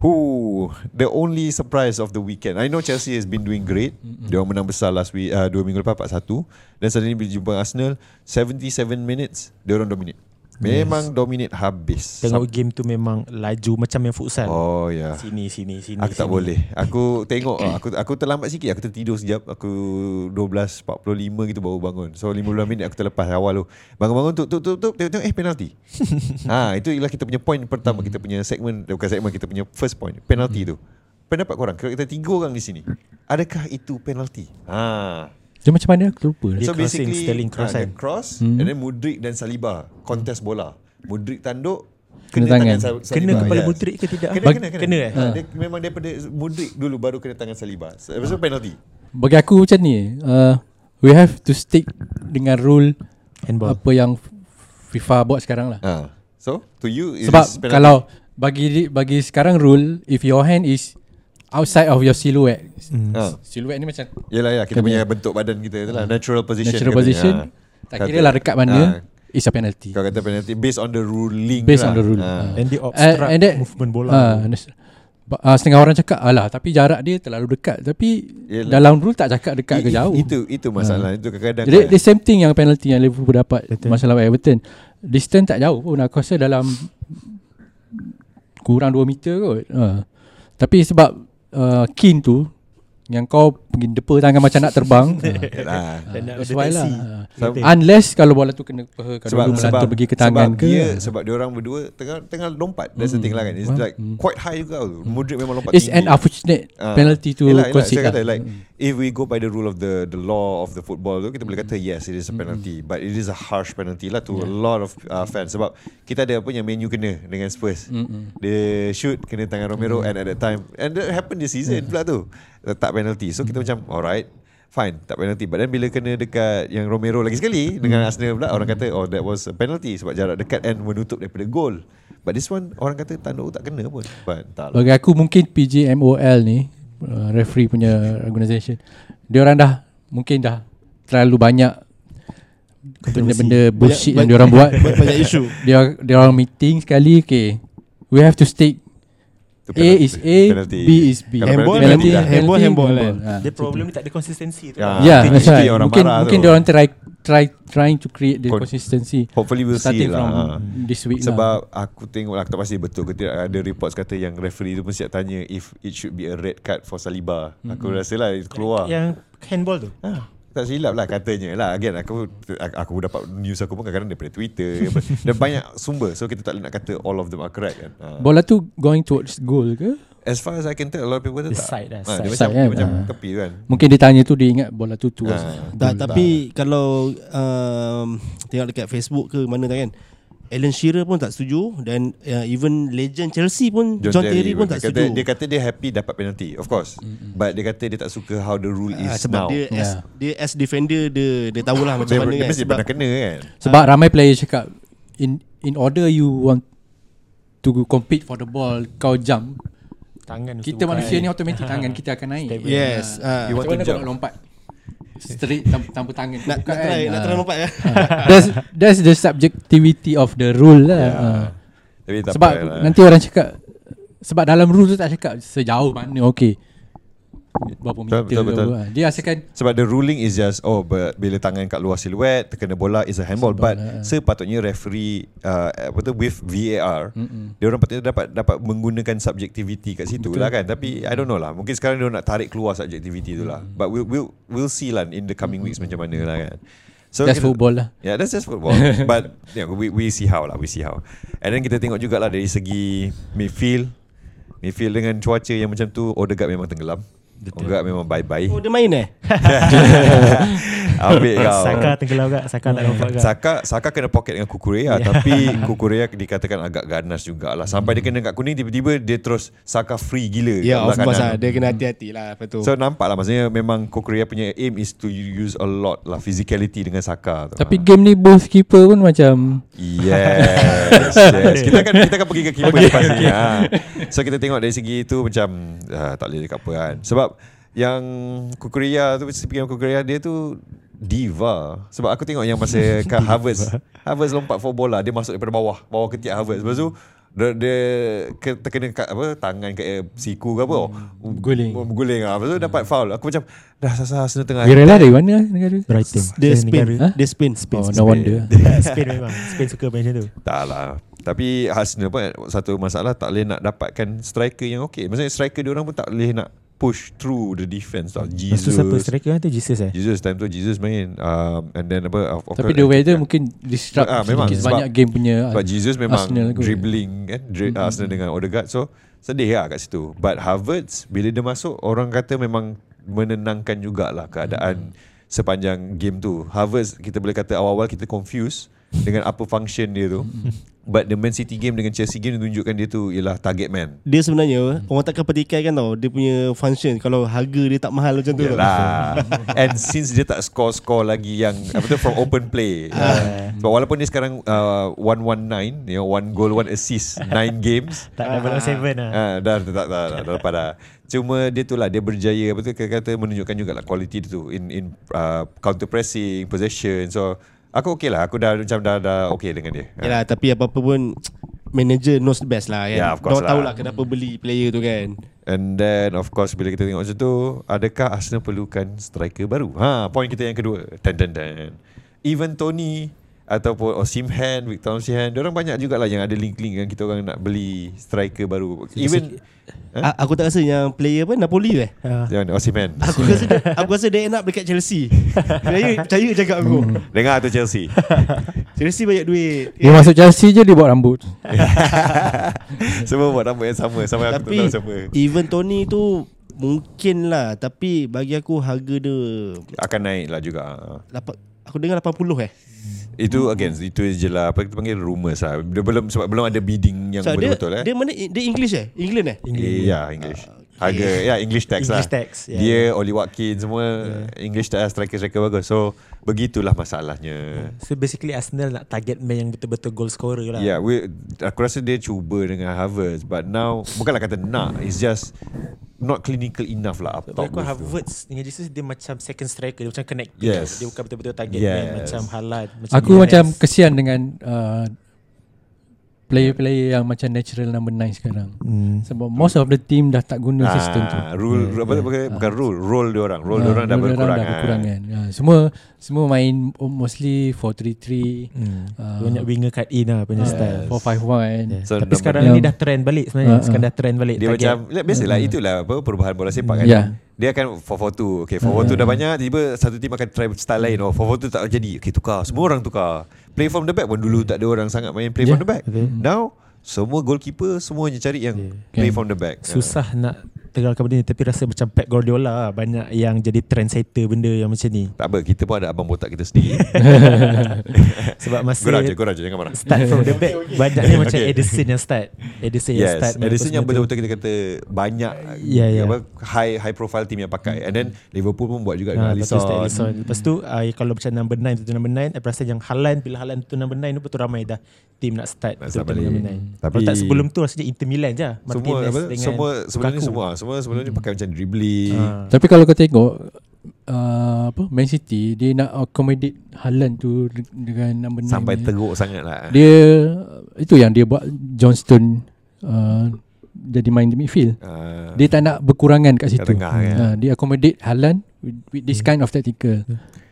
A: Who The only surprise of the weekend I know Chelsea has been doing great mm-hmm. Dia orang menang besar last week uh, Dua minggu lepas 4-1 Dan suddenly bila jumpa Arsenal 77 minutes Dia orang dominate Memang yes. dominate habis
B: Tengok game tu memang laju macam yang futsal.
A: Oh ya yeah.
B: Sini sini sini.
A: Aku
B: sini.
A: tak boleh Aku
B: (coughs)
A: tengok lah. Aku aku terlambat sikit Aku tertidur sekejap Aku 12.45 gitu baru bangun So 15 minit aku terlepas awal tu Bangun-bangun tu tu tu tu Tengok-tengok eh
B: (laughs)
A: penalty ha, Itu ialah kita punya point pertama
B: Hmm.
A: Kita punya segmen eh, Bukan segmen Kita punya first point Penalty tu Pendapat korang Kalau kita tiga orang di sini Adakah itu penalty? Ha.
C: Dia macam mana aku lupa lah.
B: Dia- crossing, Sterling kan? Hmm.
A: ah,
B: crossan.
A: dia cross And then Mudrik dan Saliba Contest bola Mudrik tanduk
C: Kena tangan.
A: Sal-
B: Kena kepala Mudrik ke tidak?
A: Kena,
B: Bag-
A: kena, kena.
B: kena, eh?
A: Ha, dia memang daripada Mudrik dulu baru kena tangan Saliba. So, Lepas tu penalty.
C: Bagi aku macam ni uh, We have to stick Dengan rule
B: Handball.
C: Apa yang FIFA buat sekarang lah
A: Ha. So, to you it
C: Sebab
A: is penalty.
C: kalau bagi di- bagi sekarang rule if your hand is outside of your silhouette. Mm.
A: ha.
C: Silhouette ni macam
A: Yalah yalah kita punya bentuk badan kita tu lah natural position.
C: Ah. natural
A: katanya.
C: position. Tak
A: Kata-
C: kira lah dekat
A: ha.
C: mana is a penalty.
A: ah. Kau kata penalty based on the ruling
C: Based
A: lah.
C: on the rule.
A: Ha.
C: Ah.
B: And they obstruct
C: and that-
B: movement bola.
C: Ah, nas- ba- ah, setengah orang cakap alah tapi jarak dia terlalu dekat tapi
A: Yelah.
C: dalam rule tak cakap dekat
A: I-
C: ke
A: i-
C: jauh. Ah.
A: Itu itu masalah. Itu kadang-kadang lah.
C: Jadi
A: kau-
C: the same thing yang penalty yang Liverpool dapat Betul. masa lawan Everton. Distance tak jauh pun aku rasa dalam kurang 2 meter kot. Ha. Tapi sebab uh, kin tu yang kau pergi depa tangan macam nak
A: (laughs)
C: terbang. ha.
A: Yalah.
B: Dan nak
C: That's
B: ada
C: why lah.
B: taxi.
A: Sebab-
C: Ha. Unless kalau bola tu kena peha kalau
A: sebab
C: dulu
A: sebab
C: melantar pergi ke
A: sebab
C: tangan
A: dia
C: ke.
A: sebab dia orang berdua tengah tengah lompat that's the thing lah kan it's like quite high juga tu Modric memang lompat
C: It's
A: tinggi
C: an unfortunate
A: Ah.
C: penalty to
A: Yelah, yelah,
C: concede.
A: saya kata,
C: lah.
A: like if we go by the rule of the the law of the football tu kita boleh kata yes it is a penalty but it is a harsh penalty lah to a lot of uh, fans sebab kita ada apa yang menu kena dengan Spurs dia shoot kena tangan Romero and at that time and that happened this season pula tu tak penalty so kita macam alright Fine Tak penalty But then bila kena dekat Yang Romero lagi sekali Dengan Arsenal pula Orang kata Oh that was a penalty Sebab jarak dekat And menutup daripada goal But this one Orang kata tanduk tak kena pun But tak lah
C: Bagi aku mungkin PJMOL ni uh, referee punya organisation dia orang dah mungkin dah terlalu banyak benda-benda bullshit yang
D: (laughs)
C: dia
D: Banyak-
C: orang buat. (laughs)
D: Banyak isu
C: Dia dia orang meeting sekali okay. We have to stick
A: Tu
C: A
A: penalty.
C: is A,
A: Penalty.
C: B is B. lah.
E: Handball,
A: Kalau lah.
E: penalty.
A: penalty, penalty
E: handball, handball,
C: Ah,
B: Dia problem ni tak ada konsistensi tu.
A: Ya.
B: lah.
A: Ah,
C: yeah,
A: itu-
C: that's
A: itu
C: right.
A: yang orang
C: Mungkin
A: marah
C: mungkin
A: tu.
C: dia orang try try trying to create the
A: Kon-
C: consistency
A: lah. Hopefully we'll see
C: starting
A: lah
C: from
A: Ah.
C: this week lah.
A: Sebab aku tengok lah Aku tak pasti betul ke tidak Ada reports kata yang referee tu pun siap tanya If it should be a red card for Saliba mm-hmm. Aku rasa lah it keluar yeah.
B: Yang handball tu.
A: ha, Tak silap lah katanya lah Again aku aku dapat news aku pun kadang-kadang daripada Twitter
C: (laughs)
A: daripada- Dan banyak sumber So kita tak boleh nak kata all of them are correct kan ha.
C: Bola tu going towards goal ke?
A: As far as I can tell A lot of people tu
B: The
A: tak
B: side lah,
A: Ah, Dia macam,
B: side.
C: Side
A: dia
C: kan?
A: macam
C: Ah.
A: tepi tu kan
C: Mungkin dia tanya tu dia ingat bola tu towards.
A: Ah.
C: goal.
D: Tak, tapi kalau um, tengok dekat Facebook ke mana tak kan Alan Shearer pun tak setuju dan uh, even legend Chelsea pun John, John Terry, pun tak
A: dia kata,
D: setuju.
A: Dia kata dia happy dapat penalty Of course mm-hmm. But dia kata dia tak suka How the rule is
D: Ah,
A: now
D: sebab dia
C: Yeah.
D: as dia as defender dia dia tahulah macam
A: Dia,
D: mana
A: dia
D: kan
A: mesti
D: sebab
A: pernah kena kan
C: Sebab ramai player cakap in in order you want to compete for the ball kau jump
B: Tangan
C: kita manusia ni automatik tangan kita akan naik.
B: Stable.
D: yes ah.
A: You
C: Macam
A: want to
C: mana kau
A: jump
C: nak lompat? Straight tanpa, tanpa tangan. lah.
D: nak nak try
C: kan.
D: nak
C: Ah.
D: try nampak ya
C: (laughs)
D: (laughs)
C: that's that's the subjectivity of the rule lah. Yeah.
A: Tapi tak
C: sebab
A: apa lah.
C: nanti orang cakap sebab dalam rule tu tak cakap sejauh mana okey. Berapa
A: Betul,
C: meter
A: betul,
C: ke
A: betul.
C: apa. Dia asalkan
A: Sebab the ruling is just Oh but bila tangan kat luar siluet Terkena bola is a handball But lah. sepatutnya referee uh, Apa tu With VAR Mm-mm. Dia orang patutnya dapat Dapat menggunakan subjectivity kat situ Betul. lah kan Tapi I don't know lah Mungkin sekarang dia orang nak tarik keluar subjectivity tu lah But we'll, we'll, we'll see lah In the coming weeks macam mana lah kan So
C: that's
A: kita-
C: football lah.
A: Yeah, that's just football. But yeah, we we see how lah, we see how. And then kita tengok jugalah dari segi midfield. Midfield dengan cuaca yang macam tu, Odegaard memang tenggelam. Odegaard memang bye-bye.
D: oh dia main eh
A: (laughs) Ambil kau.
B: Ah, Saka tenggelam kat Saka tak nampak kat
A: Ya. Saka Saka kena poket dengan Kukurea yeah. tapi Kukurea dikatakan agak ganas jugalah. Sampai dia kena kat kuning tiba-tiba dia terus Saka free gila. kat
D: ya of
A: belah
D: course
A: kanan.
D: lah dia kena hati-hati lah apa tu
A: So nampak lah maksudnya memang Kukurea punya aim is to use a lot lah physicality dengan Saka tu.
C: Tapi game ni both keeper pun macam
A: Yes, yes. Kita akan kita akan pergi ke keeper okay, lepas okay. ni. Ha. So kita tengok dari segi itu macam ah, tak boleh cakap apa kan. Sebab yang Kukuria tu speaking of Kukuria dia tu diva. Sebab aku tengok yang masa kat Harvest. Harvest lompat for bola dia masuk daripada bawah, bawah ketiak Harvest. Lepas tu dia, dia ke, terkena kat apa tangan kat eh, siku ke apa oh.
C: Guling.
A: Guling ah. Lepas tu dapat foul. Aku macam dah sasar sana tengah.
C: Kira lah dari mana negara?
B: Brighton
D: dia spin
B: negara.
C: Hah?
D: dia spin spin
C: Oh, no
A: (laughs)
C: wonder.
B: Spain memang Spain suka main macam tu
A: Tak lah Tapi Arsenal pun Satu masalah Tak boleh nak dapatkan Striker yang okay Maksudnya striker diorang pun Tak boleh nak Push through the defence tau
B: Lepas
A: Jesus
B: tu siapa striker kan tu Jesus eh
A: Jesus time tu Jesus main um, And then apa of, of
C: Tapi the weather mungkin disrupt
A: Ah,
C: ah,
A: memang.
C: sedikit
A: Sebab-
C: banyak game punya kan?
A: Sebab Jesus memang
C: Arsenal kot.
A: dribbling kan dri- mm-hmm. Arsenal dengan Odegaard So sedih lah kat situ But Havertz Bila dia masuk Orang kata memang Menenangkan jugalah keadaan mm-hmm. Sepanjang game tu Havertz kita boleh kata Awal-awal kita confused Dengan apa function dia tu But the Man City game Dengan Chelsea game dia Tunjukkan dia tu Ialah target (laughs) man
D: dia sebenarnya orang takkan pertikaikan tau dia punya function kalau harga dia tak mahal macam tu
A: Yalah
D: tau.
A: Lah. And since dia tak score-score lagi Yang Apa tu From open (laughs) play uh, Sebab walaupun dia sekarang uh, 1-1-9 You know One goal One (laughs) assist Nine games
B: Tak double on seven lah
A: Ah, dah, dah, dah, dah, dah, dah lepas dah. Cuma dia tu lah dia berjaya apa tu kata, kata menunjukkan juga lah kualiti dia tu in in uh, counter pressing, possession. So aku okay lah, aku dah macam dah dah okay dengan dia. Ah.
D: Yalah tapi apa-apa pun manager knows the best lah kan.
A: Yeah, of course
D: Diorang
A: lah.
D: tahulah kenapa beli player tu kan.
A: And then of course bila kita tengok macam tu, adakah Arsenal perlukan striker baru? Ha, point kita yang kedua. Dan dan dan. Even Tony ataupun Osimhen, Victor Osimhen, orang banyak jugalah yang ada link-link dengan kita orang nak beli striker baru. Even
D: Huh? Aku tak rasa yang player apa Napoli eh.
B: Ah.
A: yang Osimhen.
D: Aku rasa dia, aku rasa dia end up dekat Chelsea. Saya percaya cakap aku.
A: Dengar tu Chelsea.
D: Chelsea banyak
A: (laughs)
D: duit.
C: Dia masuk Chelsea je dia buat rambut.
A: (laughs) Semua buat rambut yang sama Sama aku tak
D: tapi
A: tahu siapa
D: even Tony tu mungkin lah tapi bagi aku harga dia
A: Akan naik lah juga
D: lapan, aku dengar 80 eh.
A: Itu again Itu je lah Apa kita panggil rumours lah dia belum, Sebab belum ada bidding Yang
D: So, dia,
A: betul-betul eh
D: dia mana dia English eh? England eh?
A: English. Ya English Harga Ya English tax lah
B: English tax, ya.
A: Dia Oli Watkins semua English tax Striker-striker bagus So Begitulah masalahnya
B: So basically Arsenal nak target man yang betul-betul goal scorer lah
A: Yeah, Ya, we, aku rasa dia cuba dengan Harvard but now bukanlah kata nak, it's just not clinical enough lah up
B: Sebab
A: top.
B: aku
A: with tu.
B: Havertz dengan Jesus dia macam second striker dia macam connect
A: Yes.
B: dia bukan betul-betul target
A: Yes.
B: man macam Haaland
C: Aku macam kesian dengan uh, player-player yang macam natural number 9 sekarang. Hmm. Sebab most of the team dah tak guna sistem tu.
A: Ah, rule yeah, apa bukan, bukan rule, role dia orang. Role dia orang dah
C: Mula orang
A: berkurang. ah.
C: Dah berkurangan. Ha. semua semua main mostly 4-3-3,
B: Hmm.
C: Ah.
B: Banyak winger cut in lah punya
C: uh,
B: style.
C: 4-5-1.
A: So,
B: Tapi
A: number-
B: sekarang
C: Yeah.
B: ni dah trend balik sebenarnya.
C: Ah, ah.
B: Sekarang dah trend balik.
A: Dia
B: Target. Hmm. Ya.
A: macam yeah. Biasalah itulah apa Perubahan bola sepak kan
C: Yeah.
A: Dia akan 4-4-2 Okay 4-4-2
B: Hmm.
A: dah banyak Tiba satu tim akan try style lain Oh 4-4-2 tak jadi Okay tukar Semua orang tukar Play from the back pun Dulu tak ada orang sangat main
B: Ya,
A: Play from the back Now Semua goalkeeper Semuanya cari yang
B: Ya.
A: Play
B: Kan.
C: Okay.
A: from the back
B: Susah nak tegalkan benda ni Tapi rasa macam Pep Guardiola lah. Banyak yang jadi trendsetter benda yang macam ni
A: Tak apa Kita pun ada abang botak kita
B: (laughs)
A: sendiri
B: Sebab masa
A: Korang je Korang je Jangan marah
B: Start from the
A: (laughs)
B: back Banyaknya macam
A: Okay.
B: Edison yang start Edison yang start
A: Yes
B: main
A: Edison
B: apa
A: yang
B: semua tu. Ya,
A: betul-betul kita kata Banyak
B: Yeah, yeah.
A: Apa, High high profile team yang pakai And then Liverpool pun buat juga
B: Ah,
A: Dengan
B: lepas tu start
A: Alisson
B: Alisson Lepas tu ah, Kalau macam number 9 tu number 9 Aku rasa yang Haaland Bila Haaland tu number 9 tu Betul ramai dah Team nak start
A: Nak
B: betul-betul
A: start balik.
B: number nine.
A: Tapi-
B: Kalau tak sebelum tu Rasanya Inter Milan je lah.
A: semua
B: Martinez
A: apa,
B: dengan
A: semua sebelum ni
B: Lukaku.
A: semua semua sebelum
C: Hmm.
A: ni pakai macam dribbling
B: Ah.
C: Tapi kalau kau tengok uh, apa Man City dia nak accommodate Haaland tu de- dengan number 9.
A: sampai teruk sangat lah
C: Hmm. Dia itu yang dia buat Johnston uh, jadi main di midfield.
A: Ah,
C: Dia tak nak berkurangan kat situ.
A: tengah, kan?
C: Ah, dia accommodate Haaland with, with this
A: Hmm.
C: kind of tactical.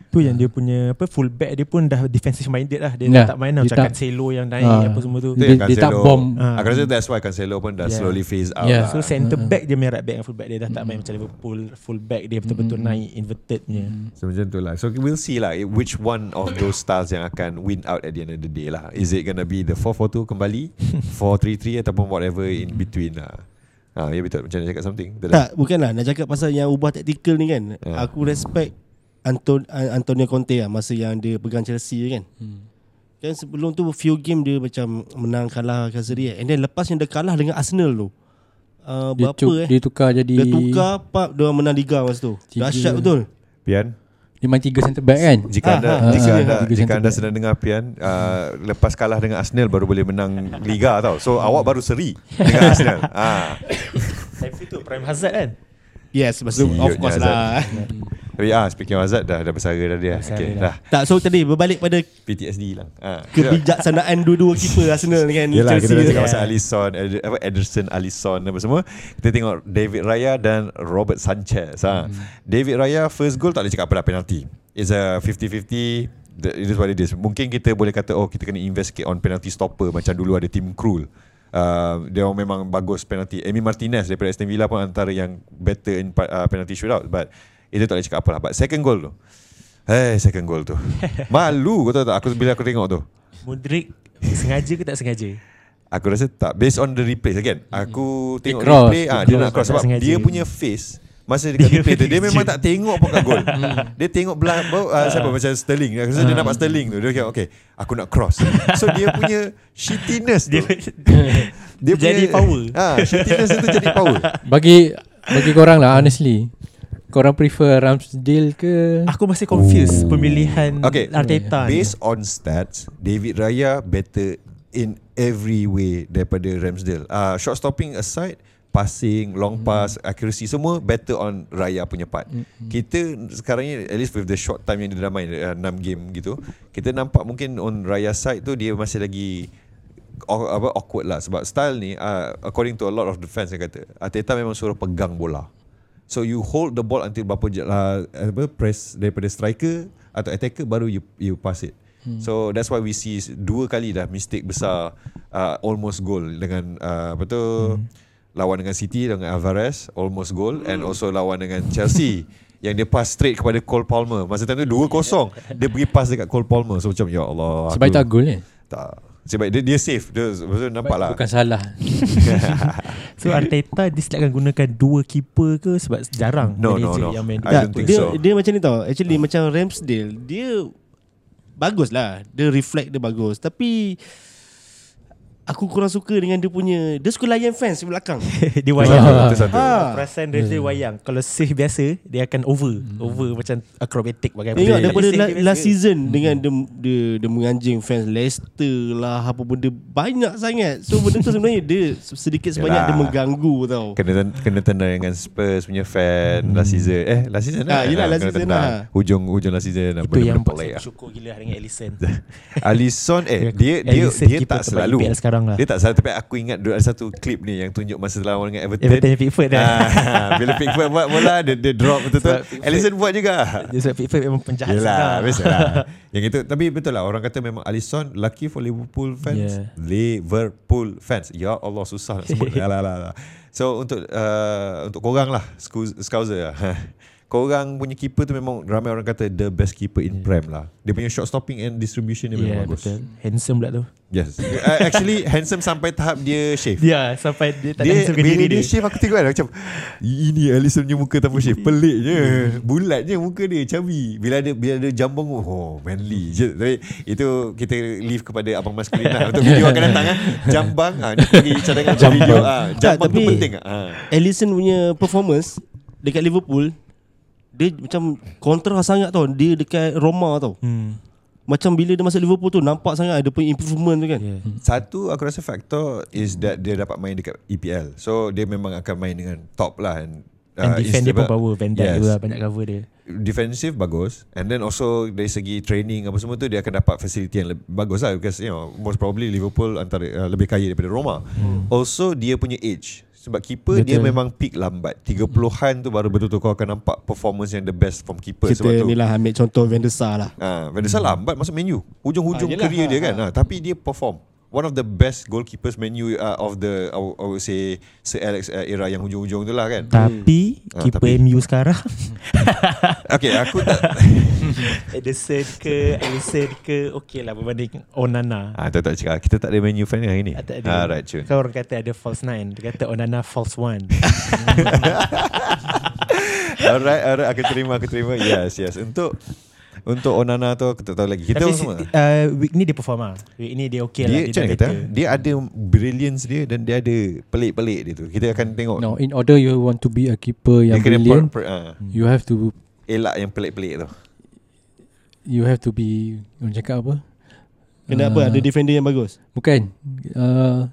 B: Tu yang dia punya apa full back dia pun dah defensive minded lah. Dia
C: Ya,
B: tak main lah
C: dia
B: macam
C: tak-
B: Cancelo yang naik
C: Ah.
B: apa semua tu.
A: Itu
C: dia-
A: yang
C: dia tak
A: Cancelo.
C: bom.
A: Ah. Aku rasa that's why Cancelo pun dah
B: Yeah.
A: slowly phase out
C: Yeah.
A: lah.
C: Ah,
B: So center back dia main right back dengan full back dia dah tak main macam Liverpool full back dia betul-betul
C: Mm-hmm.
B: naik inverted punya.
A: So macam tu lah So we'll see lah Which one of those stars Yang akan win out At the end of the day lah Is it gonna be The 4-4-2 kembali
C: (laughs)
A: 4-3-3 Ataupun whatever In between lah Ah, ya betul Macam nak cakap something Betul
D: Tak, bukanlah nak cakap pasal yang ubah taktikal ni kan.
A: Ah.
D: Aku respect Anton, An- Antonio Conte lah masa yang dia pegang Chelsea kan. Hmm. Kan sebelum tu few game dia macam menang kalah kan seri kan. And then lepas yang dia kalah dengan Arsenal tu. Uh,
C: Dia,
D: berapa
C: cuk,
D: eh?
C: dia tukar jadi
D: Dia tukar pap dia orang menang liga masa tu.
C: Tiga.
D: Dahsyat betul.
A: Pian
C: dia main tiga centre back
D: (laughs)
C: kan.
A: Jika anda
D: Ah, ah,
A: jika
C: ah,
A: anda
C: tiga
A: jika
C: centimeter.
A: anda sedang dengar Pian, uh, lepas kalah dengan Arsenal baru boleh menang liga tau. So awak baru seri dengan Arsenal. Ah.
B: Saya feel tu Prime Hazard kan.
D: Yes, masa tu, of
A: Idiotnya
D: course
A: Hazard.
D: lah. (laughs)
A: Tapi ah speaking of Azad dah dah bersara dah dia.
B: Bersara
A: Okey
B: dah.
A: dah.
D: tak, so tadi berbalik pada
A: PTSD hilang. Ah.
D: kebijaksanaan dua-dua keeper Arsenal dengan
A: Yelah kita dah
D: Chelsea.
A: cakap
D: Yeah.
A: pasal Alisson Ed- apa Ederson Alisson apa semua Kita tengok David Raya dan Robert Sanchez
D: Hmm.
A: ha. David Raya first goal tak boleh cakap apa dah penalty It's a 50-50 The- It is what it is Mungkin kita boleh kata Oh kita kena investigate on penalty stopper Macam dulu ada Tim Krul Uh, dia orang memang bagus penalty Amy Martinez daripada Aston Villa pun antara yang better in pa- uh, penalty shootout but itu tak boleh cakap apa lah but second goal tu hey second goal
D: (laughs)
A: tu malu kau tahu tak aku bila aku tengok tu
B: Mudrik sengaja ke tak sengaja?
A: Aku rasa tak Based on the replay again Aku tengok
C: cross,
A: replay
C: dia
A: ah, Dia
B: cross, lah
A: nak cross
B: tak
A: Sebab
B: sengaja.
A: dia punya face Masa dekat
B: Dia
A: replay tu Dia
B: punya
A: memang
B: je. Mm.
A: tak tengok pun kat
B: (laughs)
A: gol Dia tengok belah bawah, ah, Siapa macam Sterling Aku rasa dia
B: Ah.
A: nampak Sterling tu Dia kata okay Aku nak cross So dia punya Shittiness tu
B: (laughs) Dia, dia jadi power.
A: ah, Shittiness tu jadi power
C: Bagi bagi korang lah honestly. Korang prefer Ramsdale ke
A: Ah,
B: Aku masih confused pemilihan
A: Okay
B: Arteta ni.
A: Based on stats David Raya better In every way Daripada Ramsdale uh, Shot stopping aside Passing
B: Hmm.
A: Long pass Accuracy Semua better on Raya punya part
B: hmm.
A: Kita sekarang ni At least with the short time Yang dia dah main uh, 6 game gitu Kita nampak mungkin On Raya side tu Dia masih lagi aw- apa awkward lah sebab style ni uh, according to a lot of the fans yang kata Arteta memang suruh pegang bola so you hold the ball until berapa je- lah apa press daripada striker atau attacker baru you you pass it hmm. so that's why we see s- dua kali dah mistake besar uh, almost goal dengan uh, apa tu
C: Hmm.
A: lawan dengan City dengan Alvarez almost goal and also lawan dengan
C: (laughs)
A: Chelsea yang dia pass straight kepada Cole Palmer masa time tu 2-0 dia pergi pass dekat Cole Palmer so macam ya Allah
C: sebaik
A: aku-
C: tak gol kan?
A: tak. Sebab dia, dia safe. Dia betul nampak lah.
C: Bukan salah.
B: So Arteta dislike akan gunakan dua keeper ke sebab jarang
A: No, no,
B: manager
A: no.
B: yang
A: I
B: main dua
A: don't
D: Tak,
A: think
D: dia,
A: so.
D: dia macam ni tau Actually macam Ramsdale Dia Bagus lah Dia reflect dia bagus Tapi Aku kurang suka dengan dia punya Dia suka layan fans
A: (laughs)
D: di belakang
B: keeper. (laughs) dia
A: Itu
B: wayang.
A: satu, itu satu.
D: ha.
B: Perasaan dia, dia wayang Kalau save biasa Dia akan over Over macam akrobatik bagai
D: Tengok
B: Tapi
D: daripada
B: save
D: la,
B: dia
A: Hmm.
D: last
B: biasa.
D: season Dengan dia, dia, dia menganjing fans Leicester lah Apa benda Banyak sangat So benda tu sebenarnya Dia sedikit sebanyak
A: Yalah.
D: Dia mengganggu tau
A: Kena, ten- kena tendang dengan Spurs punya fan last season. Eh, last season
D: Hmm.
A: lah.
D: Ah, yelah,
A: Ah,
D: last
A: kena
D: season
A: tendang.
D: lah.
A: Hujung, hujung last season. lah.
B: Itu yang
A: pelik
B: buat saya
A: lah. (laughs)
B: bersyukur gila dengan Alisson
A: Alisson eh dia dia
B: Alisson
A: dia
B: keeper
A: tak
B: terbaik
A: selalu
B: EPL sekarang orang lah.
A: Dia tak salah Tapi aku ingat Ada satu klip ni Yang tunjuk masa lawan dengan Everton
B: Everton Pickford kan? dah.
A: Ah, (laughs) Bila Pickford buat bola Dia, dia drop betul-betul Alisson buat juga
B: Dia sebab Pickford memang penjahat
A: Yelah
B: sangat. (laughs)
A: Biasalah Yang itu Tapi betul lah Orang kata memang Alisson Lucky for Liverpool fans
B: Yeah.
A: Liverpool fans Ya Allah susah nak
B: (laughs)
A: sebut Alah, alah, alah. So untuk uh, Untuk korang lah Scous- Scouser (laughs) lah Korang punya keeper tu memang Ramai orang kata The best keeper in Prem lah Dia punya shot stopping And distribution dia
B: Yeah,
A: memang bagus
B: Ya, betul. Handsome (laughs) pula tu.
A: Yes (laughs) uh, Actually handsome sampai tahap dia shave
B: Dia Ya, sampai dia tak
A: dia,
B: handsome ke
A: bila
B: diri
A: dia,
B: dia.
A: shave aku tengok kan macam ini Alisson punya muka tanpa shave peliknya bulatnya muka dia chubby bila ada bila ada jambung oh manly je tapi itu kita leave kepada abang Mas Kelin lah untuk video akan datang
B: (laughs)
A: ah jambang ah ni pergi cadangan jambang. video ah jambang tu
D: tapi-
A: penting ah
B: Hmm.
D: Alisson punya performance dekat Liverpool dia macam kontra sangat tau dia dekat Roma tau
B: Hmm.
D: macam bila dia masuk Liverpool tu nampak sangat ada punya improvement tu kan
B: Yeah.
A: Satu aku rasa faktor is that dia dapat main dekat EPL. So dia memang akan main dengan top lah and,
B: And
A: uh, instead
B: defend dia pun
A: of-
B: power. Van Dijk juga banyak cover dia.
A: Hmm. defensive bagus and then also dari segi training apa semua tu dia akan dapat facility yang lebih bagus lah because you know most probably Liverpool antara uh, lebih kaya daripada Roma. Hmm. Also dia punya age sebab keeper dia
B: Betul.
A: memang peak lambat 30-an tu baru betul-betul kau akan nampak performance yang the best from keeper
D: kita
A: sebab tu.
D: ni lah ambil contoh Van der Sar lah
A: Ah, Van der Sar lambat masuk menu. Hujung-hujung ah, career dia kan. Ah, tapi dia perform. One of the best goalkeepers menu uh, of the I would, I would say Sir Alex uh, era yang hujung-hujung tu lah kan.
B: Tapi
A: Ah,
B: keeper
A: tapi-
B: MU sekarang
A: (laughs) Okay, aku tak
B: Edison ke Alisson ke Okey lah berbanding Onana
A: Ah, tak tak cakap. Kita tak ada menu fan hari ni.
B: Ah, tak
A: Ah,
B: ada.
A: right, cun.
B: Kan orang kata ada false nine Dia kata Onana false one
A: (laughs) alright, alright, aku terima, aku terima. Yes, yes. Untuk untuk Onana tu aku tak tahu lagi. (laughs) Kita
B: Tapi
A: orang
B: si-
A: semua.
B: uh, Week ni dia perform lah Week ni dia okey lah
A: Dia macam
B: dah
A: mana kata,
B: better.
A: dia ada brilliance dia dan dia ada pelik-pelik dia tu. Kita akan tengok.
C: Now in order you want to be a keeper
A: Oh. dia
C: yang
A: kena per,
C: brilliant
A: per, ah,
C: You have to
A: elak yang pelik-pelik tu.
C: You have to be Orang cakap apa
D: kenapa
C: Ah,
D: ada defender yang bagus
C: Bukan uh,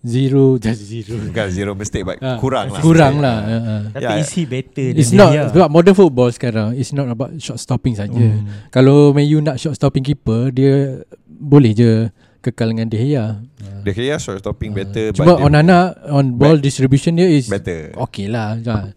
C: Zero (laughs) Just zero
A: Bukan zero mistake but
C: Ah,
A: kurang lah.
C: Kurang
A: mistake.
C: lah uh, uh.
B: Tapi
A: Yeah.
B: is he better
C: It's
B: than
C: not
B: Dia? ah.
C: Sebab modern football sekarang It's not about shot stopping saja.
B: Hmm.
C: Kalau Man U nak shot stopping keeper Dia Boleh je Kekal dengan De Gea
A: Dia kira short stopping better
C: Cuma
A: but dia
C: Onana On ball distribution dia is
A: better.
C: Okay lah ha.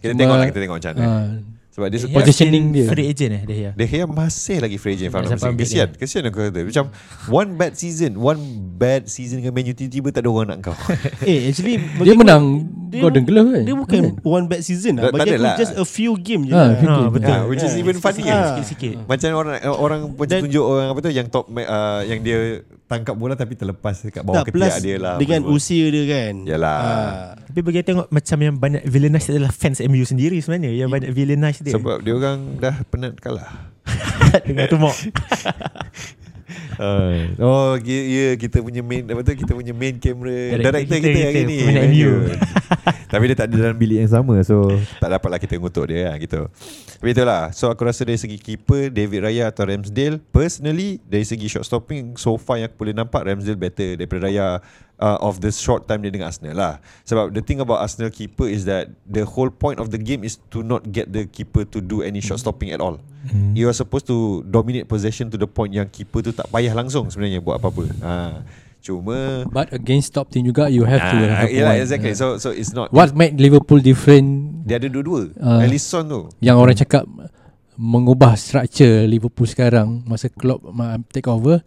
A: Kita
C: cuma-
A: tengok lah, kita tengok macam mana.
C: Uh,
A: Sebab dia
B: Dia
C: Positioning
B: still
C: dia.
B: Free agent eh dia
A: Dia Gea masih lagi free agent Faham tak
B: Sampai
A: maksud?
B: ambil
A: Kesian
B: dia.
A: Kesian aku kata Macam One bad season One bad season dengan Man U Tiba-tiba tak ada orang nak kau
D: eh actually
C: Dia
D: bagi aku-
C: menang
D: dia-
C: Golden Glove kan
D: dia bukan one bad season lah
A: Tak- tak
D: bagi
A: ada lah.
D: aku just a few game je
C: Ah,
D: lah.
C: few game.
B: Ha, betul
A: yeah, Which is even funnier
D: Ah.
B: Sikit-sikit
A: Macam orang orang macam
D: Dan-
A: tunjuk orang apa tu yang top uh, yang dia tangkap bola tapi terlepas dekat bawah
D: tak plus
A: ketiak dia lah.
D: dengan
A: apa semua.
D: usia dia kan
A: Yalah.
D: Ah.
B: Tapi bagi aku tengok Macam yang banyak villainize adalah Fans MU sendiri sebenarnya Yang banyak villainize dia
A: sebab dia orang dah lah. penat kalah.
B: Dengan tu
C: (laughs)
B: mok
D: Hmm.
A: Uh, oh, ya yeah, kita punya main apa tu kita punya main camera
B: Director
A: director,
B: kita-
A: kita,
B: kita
A: hari ni.
B: peminat
A: Man
B: MU.
A: U. tapi dia tak ada dalam bilik yang sama so tak dapatlah kita ngutuk dia lah, gitu. Tapi itulah. So aku rasa dari segi keeper David Raya atau Ramsdale personally dari segi shot stopping so far yang aku boleh nampak Ramsdale better daripada Raya uh, of the short time dia dengan Arsenal lah. Sebab the thing about Arsenal keeper is that the whole point of the game is to not get the keeper to do any shot stopping at all. You are supposed to dominate possession to the point yang keeper tu tak payah langsung sebenarnya buat apa-apa. Ha. Cuma
C: But against top team juga You have to
A: Ah,
C: have a
A: yelah,
C: point.
A: exactly.
C: Ah.
A: So so it's not
C: What made Liverpool different
A: dia ada dua-dua.
C: Ah.
A: Alisson tu.
C: Yang
D: Hmm.
C: orang cakap Mengubah structure Liverpool sekarang Masa Klopp ma- take over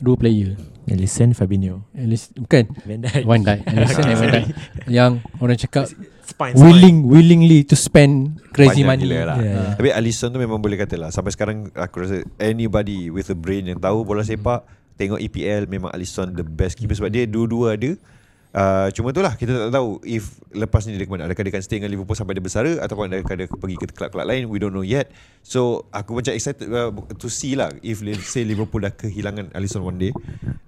C: Dua player
B: Alisson Fabinho
C: Alis, Bukan
B: Van Dijk
C: Van Dijk
D: (laughs)
C: Alisson and Van Dijk Yang orang cakap
B: Spine
C: Willing Willingly to spend Crazy
A: Panjang
C: money
A: gila lah.
B: Yeah.
A: Tapi Alisson tu memang boleh kata lah Sampai sekarang aku rasa Anybody with a brain yang tahu bola sepak Tengok EPL memang Alisson the best keeper Sebab dia dua-dua ada Uh, cuma tu lah kita tak tahu if lepas ni dia ke mana adakah dia akan stay dengan Liverpool sampai dia bersara ataupun adakah dia pergi ke kelab-kelab lain we don't know yet so aku macam excited uh, to see lah if let's say Liverpool dah kehilangan Alisson one day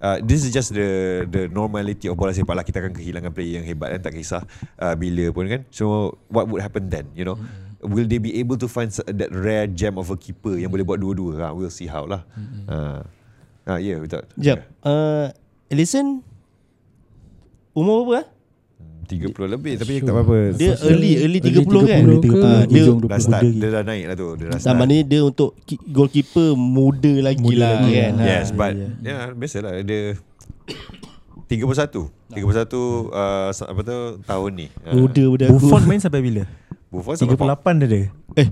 A: uh, this is just the the normality of bola sepak lah kita akan kehilangan player yang hebat kan tak kisah uh, bila pun kan so what would happen then you know will they be able to find s- that rare gem of a keeper yang boleh buat dua-dua ha, we'll see how lah uh, uh, yeah we thought
D: Jap. Uh, Alisson umur berapa? ah?
A: 30 lebih tapi tak apa-apa
D: Dia
C: First
D: early
C: year.
D: early 30 kan?
B: Early
C: 30
D: Ah,
C: ke
D: dia
C: Hujung
A: dah
C: 20
A: start
B: muda
A: dia dah naik lah tu dia dah
D: Nah,
A: start
D: maknanya dia untuk ki- goalkeeper muda lagi
B: Muda
D: lah
B: lagi,
D: kan.
C: ya,
B: yeah.
A: yes
B: Ah,
A: but ya,
B: yeah.
A: yeah biasalah dia 31 31 uh, sa- apa tu tahun ni. Ah.
D: Muda muda aku.
B: Buffon main sampai bila?
A: Buffon sampai 40
B: 38 dia dia.
D: Eh,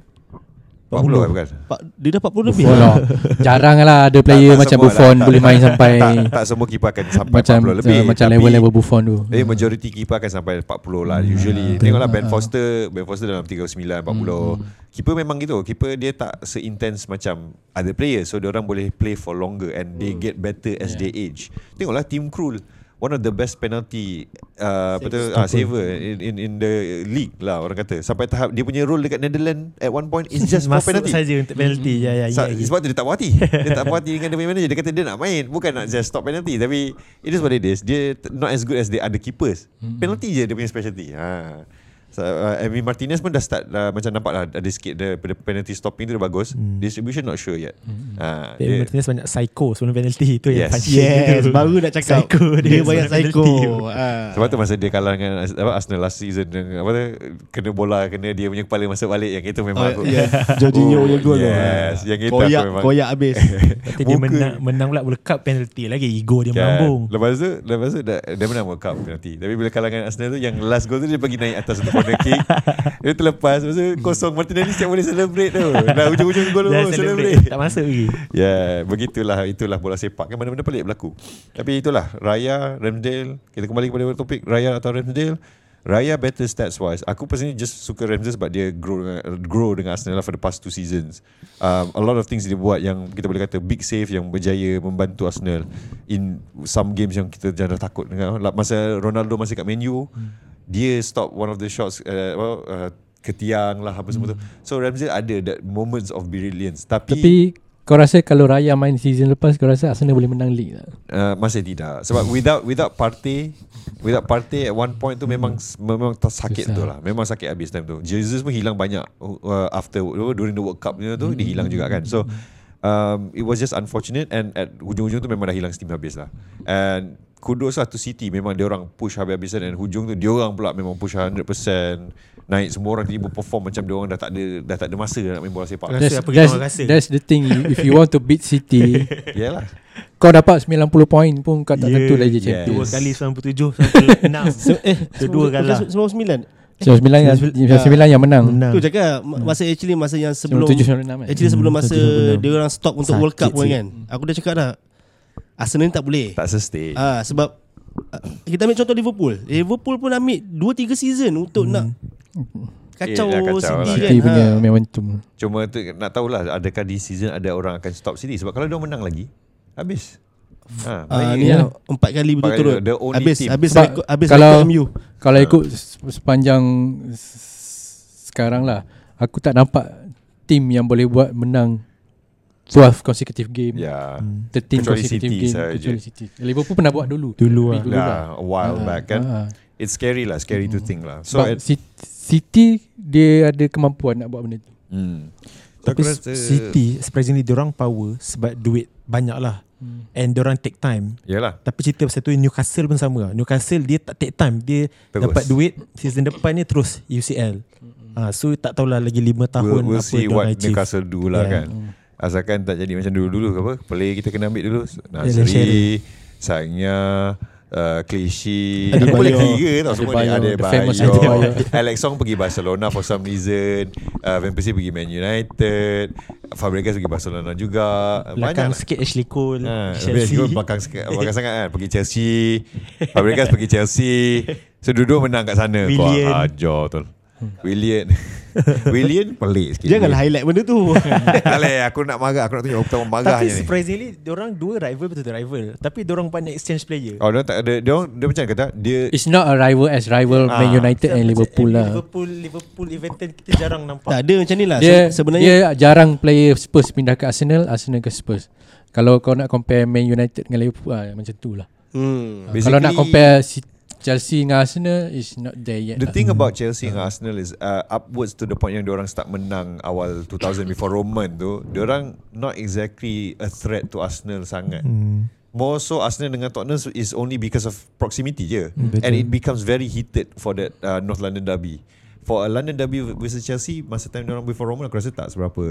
A: 40 kan bukan?
D: pak, dia dah 40 lebih.
C: Buffon
A: (laughs)
C: lah. Jarang lah ada player
A: tak
C: macam
A: semua lah.
C: Buffon
A: Tak-
C: boleh main sampai
A: Tak, tak semua keeper akan sampai
C: macam
A: 40 lebih.
C: uh, macam
A: Tapi-
C: level-level Buffon tu.
A: Tapi Eh,
B: Hmm.
A: majority keeper akan sampai 40 lah usually. Tengoklah Ben Foster, Ben Foster dalam 39, 40.
B: Hmm,
A: Keeper memang gitu. Keeper dia tak seintense macam other player. So dia orang boleh play for longer and
B: Hmm.
A: they get better as they age. Tengoklah Tim Krul one of the best penalty uh, apa tu ah, saver in, in in the league lah orang kata sampai tahap dia punya role dekat Netherlands at one point
B: (laughs)
A: is just for
B: Masuk
A: penalty
B: saja untuk penalty. Ya ya
A: Sa-
B: ya.
A: Sebab tu dia tak puas hati Dia tak puas hati dengan dia punya manager Dia kata dia nak main Bukan nak just stop penalty Tapi It is what it is Dia t- not as good as the other keepers
B: Hmm.
A: Penalty je dia punya specialty ha. So, uh, Amy Martinez pun dah start uh, Macam nampak lah Ada sikit dia, pada penalty stopping tu dia bagus
B: Hmm.
A: Distribution not sure yet ha,
B: Dia
A: dia,
B: Hmm. Martinez banyak psycho sebelum penalty tu yang
A: Yes.
B: punching
D: (laughs) Yes,
B: tu.
D: baru nak cakap.
B: Psycho dia,
D: dia banyak
B: seorang
D: psycho.
B: penalty. (laughs)
D: Ah.
A: sebab tu masa dia kalah dengan As- apa, Arsenal last season dengan, apa, tu, Kena bola Kena dia punya kepala masuk balik Yang itu memang aku
D: yeah. ya,
B: ya.
A: (laughs)
D: Jorginho
A: Oh,
D: punya gol tu.
A: yes. Yang kita aku
D: koyak,
A: memang-
D: koyak
B: (laughs)
D: habis.
B: Lepas tu dia
A: Muka-
B: menang, menang pula World Cup penalty lagi. Ego
A: Kan.
B: dia melambung.
A: Lepas tu Lepas tu dah, Dia menang World Cup penalty Tapi bila kalangan Arsenal tu Yang last goal tu Dia pergi naik atas Untuk corner
B: (laughs)
A: kick Dia terlepas Lepas tu kosong Martinelli siap boleh celebrate tu Dah ujung-ujung gol tu
B: Dah
A: Celebrate
B: celebrate. Tak masuk lagi.
A: (laughs) Ya yeah, Begitulah Itulah bola sepak kan Benda-benda pelik berlaku Tapi itulah Raya Ramsdale Kita kembali kepada topik Raya atau Ramsdale Raya better stats wise Aku personally just suka Ramsdale Sebab dia grow dengan, grow dengan Arsenal lah For the past two seasons um, A lot of things dia buat Yang kita boleh kata Big save yang berjaya Membantu Arsenal In some games yang kita Jangan takut dengan Like Masa Ronaldo masih kat Man U Dia stop one of the shots uh, well, uh, Ketiang lah Apa semua tu So Ramsdale ada That moments of brilliance Tapi,
C: Tapi kau rasa kalau Raya main season lepas kau rasa Arsenal boleh menang league tak?
A: Uh, masih tidak sebab without without party without party at one point tu memang memang tak sakit tu lah memang sakit habis time tu Jesus pun hilang banyak uh, after during the World Cup punya tu dia hilang juga kan so um, it was just unfortunate and at hujung-hujung tu memang dah hilang steam habis lah and kudos lah to City memang dia orang push habis-habisan dan hujung tu dia orang pula memang push 100% naik semua orang tiba perform macam dia orang dah tak ada dah tak ada masa nak main bola sepak
B: Rasa apa yang
C: that's,
B: kau rasa.
C: that's the thing You- If you want to beat
A: (laughs)
C: City
A: yalah
C: Kau dapat 90 point pun Kau
A: Ya,
C: tak yeah, tentu lagi
A: yeah.
C: champion
B: Dua
A: Yes.
B: kali 97 (laughs) 96.
D: eh,
B: Dia dua kalah.
D: 99.
C: Sembilan sembilan yang,
D: Ah.
C: sembilan yang menang
B: Menang.
D: Tu cakap ma- masa actually masa yang sebelum
C: 97, 96
B: eh?
C: kan
D: actually
B: Hmm,
D: sebelum masa
B: 97, 96.
D: dia orang stop untuk
B: Sakit
D: World Cup pun
B: sih.
D: kan. Aku dah cakap dah Arsenal ni tak boleh.
A: tak sustain
D: Ah sebab ah, kita ambil contoh Liverpool. Liverpool pun ambil 2 3 season untuk nak
A: Eh,
D: kacau,
A: dah kacau
D: City,
A: lah.
D: kan.
C: City Hmm. punya
D: Ha.
C: momentum
A: Cuma tu nak tahulah adakah di season ada orang akan stop City sebab kalau dia menang lagi habis. Ha,
D: Ah,
A: baik.
D: ni lah empat kali berturut-turut.
A: The only
D: Habis
A: team.
D: habis
C: Sebab
D: rekod- habis
C: kalau-
D: rekod MU.
C: Kalau
A: Ha.
C: ikut se- sepanjang s- sekarang lah Aku tak nampak Team yang boleh buat menang 12 consecutive game
A: ya.
C: 13
A: Kecuali
C: consecutive
A: City
C: game
A: sahaja.
C: Kecuali City Liverpool pernah buat dulu
B: Dulu lah.
C: Tapi
A: Lah, a while
C: Ah,
A: back kan.
C: ah, ah.
A: It's scary lah, scary to think lah. So
C: Sebab
A: at,
C: City, City Dia ada kemampuan nak buat benda tu
A: hmm. So,
B: Tapi
A: aku rasa-
B: City surprisingly diorang power sebab duit banyak lah. And diorang take time.
A: Yalah.
B: Tapi cerita pasal tu Newcastle pun sama lah. Newcastle dia tak take time. Dia
A: Terus.
B: Terus. dapat duit season depan ni terus UCL. Ah, so tak tahulah lagi 5 tahun
A: We'll, we'll
B: apa
A: see
B: diorang
A: what
B: achieve.
A: Newcastle do lah
B: Yeah.
A: kan. Asalkan tak jadi macam dulu-dulu ke apa. Play kita kena ambil dulu.
B: Sherry.
A: Nasri, Sangnya, uh, Clichy
D: Adebayor.
A: Boleh tiga tau semua ni
C: Adebayor,
A: Ada
C: the famous Adebayor.
A: Bayo (laughs) Alex Song pergi Barcelona For some reason uh, Van Persie pergi Man United Fabregas pergi Barcelona juga
B: Belakang
A: Banyak lah.
B: sikit Ashley Cole,
A: Ha,
B: Chelsea.
A: Chelsea belakang, sek- belakang sangat kan Pergi Chelsea Fabregas pergi Chelsea So dua-dua menang kat sana Kau
B: Willian.
A: ajar tu (laughs) Willian Willian pelik sikit
D: Janganlah lah highlight benda
A: (laughs)
D: tu.
A: Tak boleh aku nak marah Aku nak tunjuk Aku tahu marah
B: Tapi
A: je ni
B: surprisingly diorang dua rival betul-betul rival. Tapi diorang pandai exchange player.
A: Oh dia tak ada Dia, orang- dia macam kata Dia
C: It's not a rival as rival
A: Ah.
C: Man United
B: Macam
C: and Liverpool
B: MU,
C: lah
B: Liverpool, Liverpool, Everton kita jarang
D: tak
B: nampak.
D: ada macam ni lah.
C: dia
D: Se-
C: dia
D: sebenarnya
C: jarang player Spurs pindah ke Arsenal, Arsenal ke Spurs. Kalau kau nak compare Man United dengan Liverpool ah, macam tu lah.
D: hmm.
A: basically-
C: Kalau nak compare si- Chelsea dengan Arsenal is not there yet.
A: The
C: Lah.
A: thing about Chelsea dengan Arsenal is uh, upwards to the point yang diorang start menang awal 2000 before Roman tu, diorang not exactly a threat to Arsenal sangat. Hmm. More so Arsenal dengan Tottenham is only because of proximity je. And it becomes very heated for that uh, North London derby. for a London derby versus Chelsea masa time orang before Roman aku rasa tak seberapa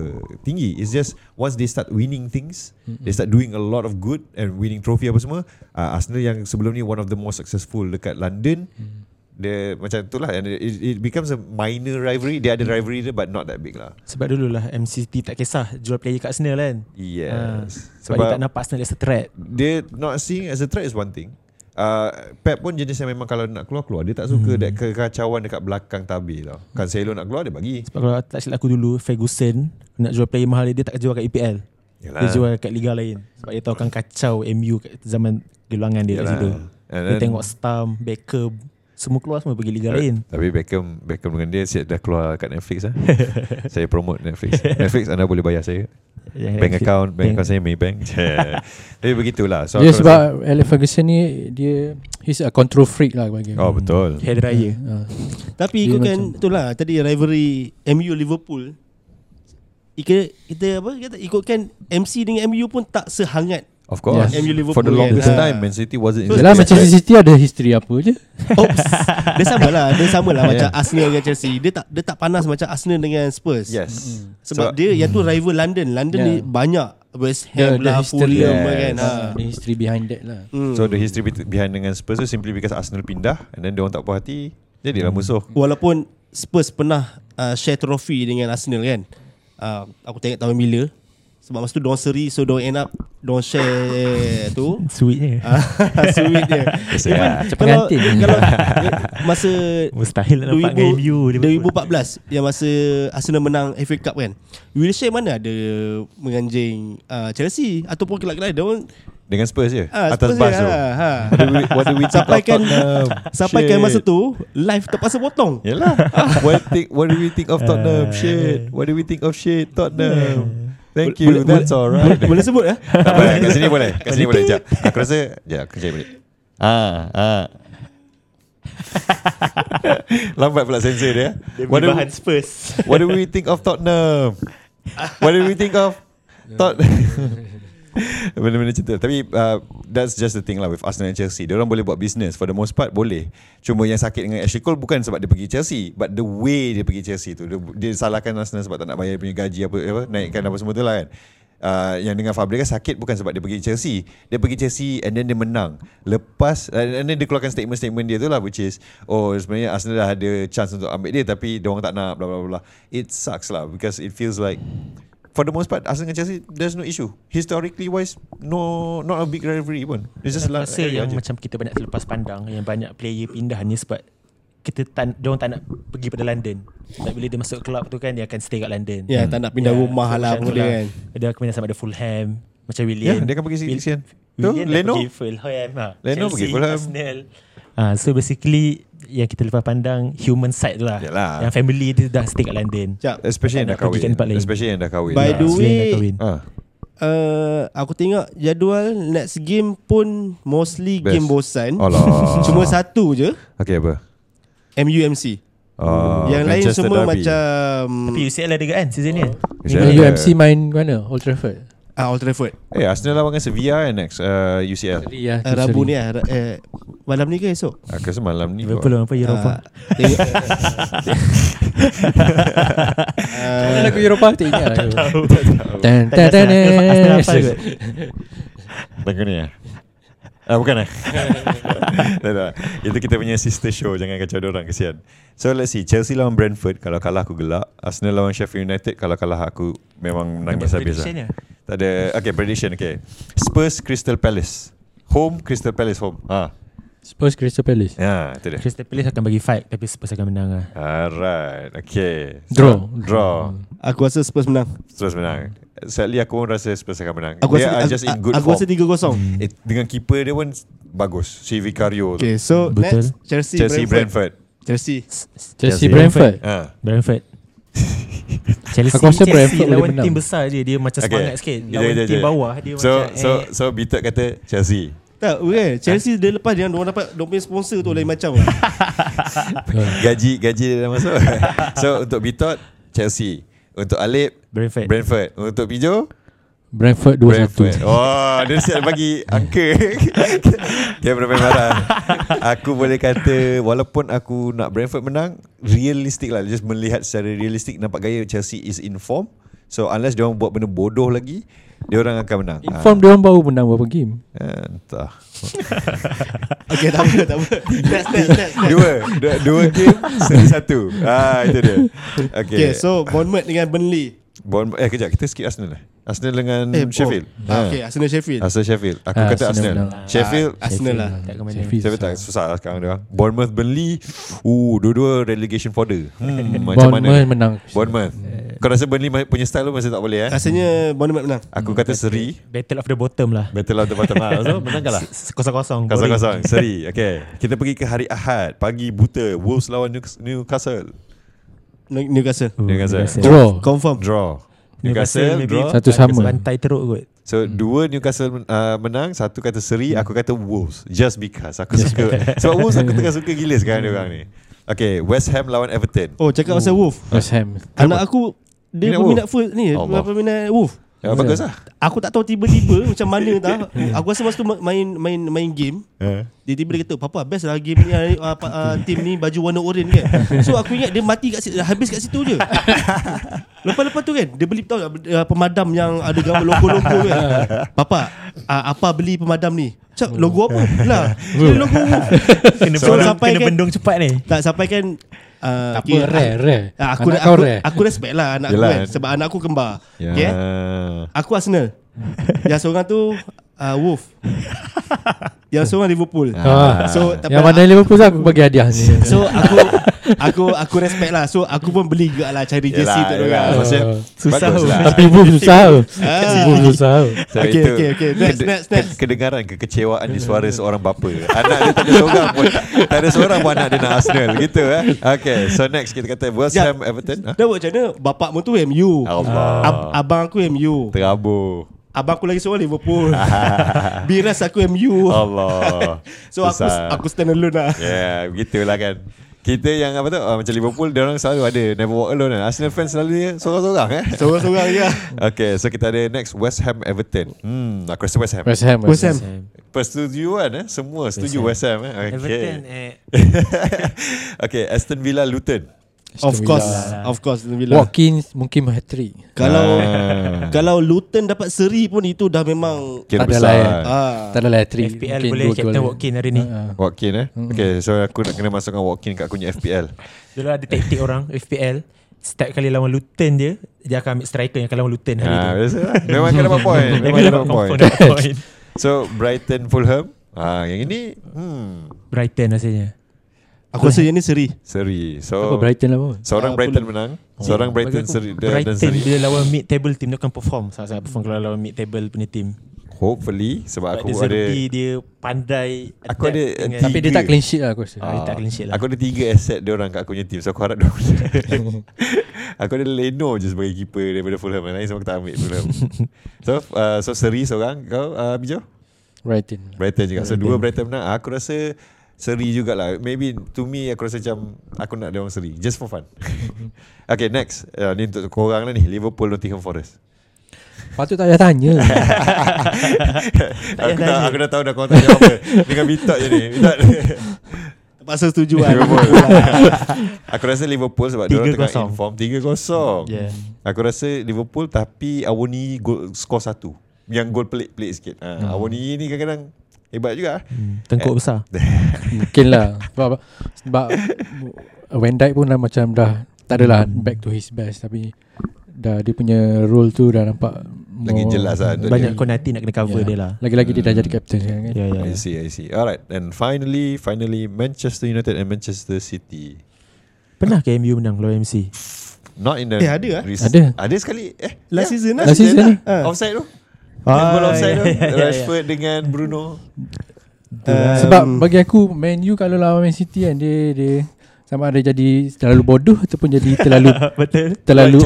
A: tinggi it's just once they start winning things mm-hmm. they start doing a lot of good and winning trophy apa semua uh, Arsenal yang sebelum ni one of the most successful dekat London mm. dia macam itulah and it, it becomes a minor rivalry dia ada rivalry dia but not that big lah
B: Sebab dululah MCT tak kisah jual player kat Arsenal kan. Ah,
A: yes
B: sebab, sebab dia tak nampak Arsenal as a threat.
A: dia not seeing as a threat is one thing. Uh, Pep pun jenis yang memang kalau nak keluar keluar dia tak suka hmm. that kekacauan dekat belakang tabir tau. Cancelo nak keluar dia bagi.
B: Sebab kalau tak silap aku dulu Ferguson nak jual player mahal dia, dia tak jual kat EPL. Yalah.
A: Ah.
B: Dia jual kat liga lain sebab dia tahu akan kacau MU kat zaman gelangan dia kat
A: Yalah.
B: situ.
A: And
B: Dia
A: then-
B: tengok Stam, Beckham semua keluar semua pergi liga lain.
A: Tapi Beckham Beckham dengan dia siap dah keluar kat
B: (laughs)
A: Netflix lah. saya promote Netflix. Netflix anda boleh bayar saya. bank
B: Yang Netflix-
A: account, bank
B: bank- Ya,
A: account saya Maybank. (laughs) Tapi begitulah. So
C: Dia
A: aku
C: sebab Alex Ferguson ni dia he's a control freak lah bagi.
A: rasa- Oh betul.
B: Hari Raya.
A: Hmm.
C: Uh,
D: Tapi
C: Dia
D: kau kan
C: macam-
D: itulah tadi rivalry MU Liverpool. Ika, kita apa kita ikutkan MC dengan MU pun tak
C: (laughs)
D: sehangat.
A: Of course.
D: Yes. MU
A: For
D: Liverpool
A: the
D: kan.
A: longest
D: Ah.
A: time Man City wasn't in
C: Yelah
A: the-
C: Manchester City ada history apa je
D: Oops. dia sama lah, dia sama lah macam
A: Yeah.
D: Arsenal dengan Chelsea. Dia tak dia tak panas macam Arsenal dengan Spurs.
A: Yes.
D: Mm. Sebab dia yang tu rival London. London
C: Yeah.
D: ni banyak West
C: Dia
D: Ham lah,
C: ada history
D: Fulham
A: Yes.
D: yes. kan. Ha.
C: Ada history behind that lah
D: Hmm.
A: So the history bet- behind dengan Spurs tu simply because Arsenal pindah and then dia orang tak puas hati, jadilah musuh.
D: Walaupun Spurs pernah uh, share trofi dengan Arsenal kan. Uh, aku tengok tahun bila. Sebab masa tu diorang seri so diorang end up diorang share
B: (laughs)
D: tu. Ah,
B: Sweetnya.
D: (laughs) Sweet dia. Even
A: Biasa lah.
C: Macam
D: kalau,
C: pengantin.
B: (laughs)
D: kalau masa
B: Mustahil nak nampak dengan MU
D: 2014 yang masa Arsenal menang FA Cup kan. Wilshere mana ada menganjing uh, Chelsea ataupun kelab-kelab dia orang
A: Dengan Spurs je.
D: ah,
A: Atas
D: Spurs
A: bas tu.
D: je, ah, ha.
A: What do we- what do we talk
D: Sampai
A: about
D: kan (laughs)
A: Tottenham?
D: sampai kan masa
A: Shit.
D: tu live terpaksa potong. (laughs)
A: Yalah. what think what do we think of Tottenham? shit. What do we think of shit Tottenham? Thank you.
D: Boleh-
A: That's
D: boleh-
A: alright.
D: Boleh sebut eh?
A: tak apa, kat (laughs) sini boleh. Kat sini boleh. Jap. Aku rasa ya, aku cari balik. Ah, ah. (laughs) Lambat pula sensor dia. What do,
B: Bahan Spurs.
A: what do we think of Tottenham? What do we think of Tot (laughs) Benda-benda macam tu Tapi uh, That's just the thing lah With Arsenal and Chelsea Diorang boleh buat business For the most part Boleh Cuma yang sakit dengan Ashley Cole Bukan sebab dia pergi Chelsea But the way dia pergi Chelsea tu Dia, dia salahkan Arsenal Sebab tak nak bayar dia punya gaji apa, apa Naikkan apa semua tu lah kan Uh, yang dengan Fabregas sakit bukan sebab dia pergi Chelsea Dia pergi Chelsea and then dia menang Lepas and and then dia keluarkan statement-statement dia tu lah Which is Oh sebenarnya Arsenal dah ada chance untuk ambil dia Tapi dia orang tak nak bla bla bla bla. It sucks lah Because it feels like for the most part Arsenal dengan Chelsea there's no issue historically wise no not a big rivalry pun it's just
B: Aku
A: like
B: rasa yang macam kita banyak selepas pandang yang banyak player pindah ni sebab kita tak dia orang tak nak pergi pada London. Sebab bila dia masuk club tu kan dia akan stay kat London.
A: Hmm.
D: Ya, tak nak pindah rumah
B: so
D: lah apa
B: macam tu
D: dia
B: lah.
D: kan.
B: Dia akan pindah sama ada Fulham macam
A: yeah,
B: William.
A: Ya, dia akan pergi sini
B: Wil-
A: sian tu
B: William dah
A: Leno
B: pergi Fulham. Ha.
A: Leno
B: Chelsea,
A: pergi Fulham.
B: Arsenal. Ah, so basically yang kita lepas pandang human side tu lah.
A: Yalah.
B: Yang family dia dah stay kat London.
D: Sekejap.
A: especially yang dah
B: Tak nak pergi
A: kahwin
B: kat tempat lain.
A: especially yang dah kahwin
D: By the way,
B: Asli yang dah kahwin.
A: ah.
D: Uh, aku tengok jadual next game pun mostly
A: Best.
D: Best. game bosan.
A: Alah.
D: (laughs) Cuma satu je
A: okay apa
D: MUMC.
A: Ah,
D: Yang lain
A: Manchester
D: semua
A: Derby.
D: macam
B: Tapi UCL ada ke kan season
A: Oh,
B: ni? kan?
A: Sian.
C: Dengan UMC main mana Old Trafford
D: ah, Old Trafford.
A: eh Arsenal lawan dengan Sevilla kan next uh, UCL
C: Sorry, ya,
D: Uh, Rabu ni ah, ra- eh, malam ni ke esok?
A: aku rasa malam Ah, ni kot.
B: Liverpool Ya, apa Europa.
D: Ah, tengok. ah,
C: Mana lagu Eropah tak ingat
A: (laughs)
C: lah Tan
B: Tak
C: tan tan
B: kisah. Arsenal hafal kot.
A: lagu ni ya Ah, bukan
B: (laughs)
A: eh tak, tak. Itu kita punya sister show Jangan kacau orang Kesian So let's see Chelsea lawan Brentford Kalau kalah aku gelak Arsenal lawan Sheffield United Kalau kalah aku Memang nangis habis lah.
B: Prediction dia?
A: Tak ada Okay prediction okay Spurs Crystal Palace Home Crystal Palace home Ah,
C: Spurs Crystal Palace
A: Ya itu dia
B: Crystal Palace akan bagi fight tapi Spurs akan menang lah.
A: Alright Okay
C: Draw.
A: Draw
D: aku rasa Spurs menang.
A: Spurs menang Sadly aku pun rasa Spurs akan menang
D: Aku
A: They
D: rasa
A: are
D: aku,
A: just in good
D: aku
A: form
D: rasa 3-0.
A: Eh, Dengan keeper dia pun Bagus Si Vicario tu
D: Okay, so
B: Betul.
D: next Chelsea,
A: Chelsea
D: Brentford.
A: Brentford,
D: Chelsea.
C: Chelsea
A: Chelsea.
C: Brentford
A: Ah.
B: Brentford.
C: (laughs)
B: Chelsea,
C: Aku rasa
B: Chelsea
C: Brentford boleh
B: lawan
C: menang.
B: tim besar je dia macam okay. semangat sikit.
A: Jap,
B: Lawan
A: jap,
B: tim
A: jap.
B: bawah dia
A: so,
B: macam
A: So
B: eh.
A: so Bitter kata Chelsea
D: Tak, okay. Chelsea dia lepas dia orang dapat dia punya sponsor tu lain macam. lah.
A: Gaji Gaji dia dah masuk (laughs) So untuk Bitot Chelsea Untuk Alip
B: Brentford.
A: Brentford Untuk Pijo
C: Brentford 2-1
A: Oh, dia siap bagi
C: (laughs)
A: angka. dia bermain marah. Aku boleh kata walaupun aku nak Brentford menang, realistic lah. Just melihat secara realistic nampak gaya Chelsea is in form. So unless dia orang buat benda bodoh lagi, dia orang akan menang.
C: Inform dia orang baru menang berapa game
A: Ah, eh, entah.
D: (laughs) Okay tak apa tak apa Next next next
A: Dua, dua, dua game seri satu. Ah, itu dia. Okay.
D: Okay so Bournemouth dengan Burnley
A: Bon, eh kejap kita skip Arsenal lah. Arsenal dengan
D: Eh,
A: Sheffield.
D: oh. ah, Okay Arsenal Sheffield
A: Arsenal Sheffield. Aku
C: Ah,
A: kata Arsenal.
C: Arsenal
A: Arsenal.
C: menang.
A: Sheffield
D: Ah, Arsenal lah
B: Tak akan main.
C: Sheffield
A: Saya tak susah lah sekarang dia orang. Bournemouth Burnley. Uh, dua-dua relegation fodder. Hmm, macam mana?
C: Bournemouth menang.
A: Bournemouth. Kau rasa Burnley ma- punya style tu masih tak boleh eh?
D: Rasanya Bournemouth menang
A: Aku kata seri.
B: Battle of the bottom lah
A: Battle of the bottom lah. So,
B: (laughs)
A: menang kalah.
B: S- Kosong-kosong boring.
A: Kosong-kosong. Seri. Okay. Kita pergi ke hari Ahad. Pagi buta. Wolves lawan Newc- Newcastle.
D: New- Newcastle
B: Oh,
A: Newcastle.
C: Draw
D: Confirm
A: Draw.
B: Newcastle
A: Newcastle
B: maybe
A: draw.
C: Satu sama.
B: Bantai teruk kot
A: So dua Newcastle men- uh, menang Satu kata seri Aku kata Wolves Just because Aku suka Sebab Wolves aku tengah suka gila sekarang Dia orang ni Okay West Ham lawan Everton
D: Oh cakap pasal Wolf
C: West Ham
D: Anak aku Dia
A: Minat
D: peminat full ni
A: Allah.
D: Peminat Wolf
A: Ya, Bagus lah
D: Aku tak tahu tiba-tiba Macam mana tak
A: (laughs)
D: Aku rasa masa tu ma- main main main game
A: Eh.
D: dia tiba dia kata Papa best lah game ni hari- ah, pa- ah, Team ni baju warna oren kan So aku ingat dia mati kat situ Habis kat situ je (laughs) Lepas-lepas tu kan Dia beli tahu tak, ah, Pemadam yang ada gambar logo-logo
B: (laughs)
D: tu kan Papa ah, Apa beli pemadam ni Cak logo apa Lah Dia logo Wolf
B: Oh. (laughs) Kena,
D: So,
B: bendung,
D: sampai
B: kena
D: kan-
B: bendung cepat ni
D: Tak sampai kan uh,
C: Tak apa rare rare
D: Aku,
C: Anak
D: aku,
C: kau rare
D: aku respect lah anak
A: Yelah.
D: aku kan Sebab anak aku kembar
A: Ya.
D: yeah. Okay Aku Arsenal Yang seorang tu uh,
B: (laughs)
D: Wolf Yang seorang Liverpool
C: Ah.
D: So tak
C: Yang
D: apa lah.
C: mana Liverpool tu aku bagi hadiah ni
D: So aku Aku aku respect lah So aku pun beli juga lah Cari jersey
A: Yelah,
D: untuk
A: yelah.
D: mereka
A: Maksudnya
B: Susah
A: bagus
B: pun.
A: lah.
C: Tapi Wolf susah tau. Wolf susah tau.
A: (laughs) So,
D: Okay,
A: itu
D: okay, okay. Next,
A: kede-
D: next,
A: (laughs)
D: next.
A: ke- Kedengaran kekecewaan di suara seorang bapa. Anak dia tak ada seorang pun. Tak ada seorang pun anak dia nak Arsenal. Gitu eh. Okay, so next kita kata West
D: Jap.
A: Ham Everton. Ha?
D: Dah buat macam mana Bapak mu tu MU
A: Oh. Allah.
D: Ab- Abang aku MU
A: Terabur.
D: Abang aku lagi seorang
A: (laughs)
D: Liverpool Biras aku MU
A: Oh, Allah.
D: Uh. (laughs) So aku
A: Susah.
D: aku stand alone lah
A: Yeah, begitulah kan. Kita yang apa tu ah, macam Liverpool dia orang selalu ada never walk alone kan. Arsenal fans selalu dia seorang-seorang eh.
D: Seorang-seorang je lah.
A: Okay, so kita ada next West Ham Everton. Hmm, aku rasa West Ham.
C: West Ham
D: West Ham
A: Persetujuan eh Semua setuju West Ham, eh? okay.
B: Everton eh
A: (laughs) okay Aston Villa Luton
D: Of course Of course Aston Villa.
C: Watkins mungkin hat-trick
D: Kalau
A: Ah.
D: Kalau Luton dapat seri pun Itu dah memang
A: Kira
C: Tak ada
A: besar
C: lah
A: lah.
D: ah,
C: Tak adalah hat-trick
B: FPL
C: Mungkin
B: boleh
C: dua
B: Captain
C: gol.
B: Watkin hari ni
C: Ah, ah.
A: Walk-in eh Okay so aku nak kena masukkan walk-in Kat aku punya
B: (laughs)
A: FPL
B: Dulu ada taktik lah, orang FPL Setiap kali lawan Luton dia Dia akan ambil striker yang akan lawan Luton hari
A: ah,
B: tu
A: biasa lah. Memang kena dapat
B: (laughs)
A: point
B: Dia
A: Memang
B: akan
A: kena
B: dapat
A: dapat point
B: confirm dapat point
A: So Brighton Fulham ah, Yang ini hmm,
B: Brighton rasanya
D: Aku rasa yang ni seri
A: Seri So
C: Apa Brighton lah pun
A: Seorang
D: Ah,
A: Brighton menang
D: Fulham.
A: Seorang Brighton
B: Bagi aku,
A: seri dan- dan
B: Brighton
A: seri
B: bila lawan mid table team Dia akan perform Sangat-sangat perform Kalau lawan mid table punya team
A: Hopefully Sebab
B: Sebab
A: aku
B: dia
A: ada
B: serbi Dia pandai
A: Aku ada
B: adapt dengan-
A: tiga.
C: Tapi dia tak clean sheet lah aku rasa
B: Ah. tak clean sheet lah.
A: Aku ada tiga asset dia orang kat aku punya team so aku harap dia
B: (laughs)
A: orang- Aku ada Leno je sebagai keeper daripada Fulham. Yang Lain semua aku tak ambil Fulham. so uh, so seri seorang kau uh, Bijo?
C: Brighton
A: Brighton juga. So dua Brighton menang. Aku rasa seri jugalah. Maybe to me aku rasa macam aku nak dia orang seri just for
B: (laughs)
A: fun. okay next. Uh, ni untuk korang lah ni Liverpool Nottingham
B: (laughs)
A: Forest.
C: Patut tak payah (laughs) tanya
A: aku, dah, aku dah tahu dah korang tak jawab apa. Dengan Bitot je ni. Bitot.
D: Terpaksa setuju lah
A: Liverpool.
D: (laughs)
A: (laughs) aku rasa Liverpool sebab dia orang tengah
B: 3-0.
A: in form 3-0.
B: Yeah.
A: Aku rasa Liverpool tapi Awoni gol skor satu. Yang gol pelik-pelik sikit. Ha,
C: Hmm.
A: Awoni ni kadang-kadang hebat juga. Hmm.
B: Tengkuk besar
C: Mungkin lah Sebab Sebab Van Dijk pun dah macam dah Tak adalah back to his best Tapi Dah dia punya role tu dah nampak
A: Lagi
C: more-
A: jelas lah untuk
B: Banyak Konati nak kena cover
C: Ya.
B: dia lah
C: Lagi-lagi dia dah jadi captain sekarang kan
B: Ya ya
A: I see, I see. Alright, and finally, finally Manchester United and Manchester City.
B: Pernah ke MU menang lawan MC?
A: Not in the
D: Eh, ada, eh?
A: recent-
C: Ada.
A: Ada sekali. Eh,
D: Last season lah
C: Last season ni
D: Ah. ya,
A: Offside tu. Ah, gol offside tu. Rashford dengan Bruno.
D: Um,
C: Sebab bagi aku Man U kalau lawan Man City kan Dia dia Sama ada jadi Terlalu bodoh Ataupun jadi terlalu
B: (laughs)
A: (laughs)
B: Betul
C: Terlalu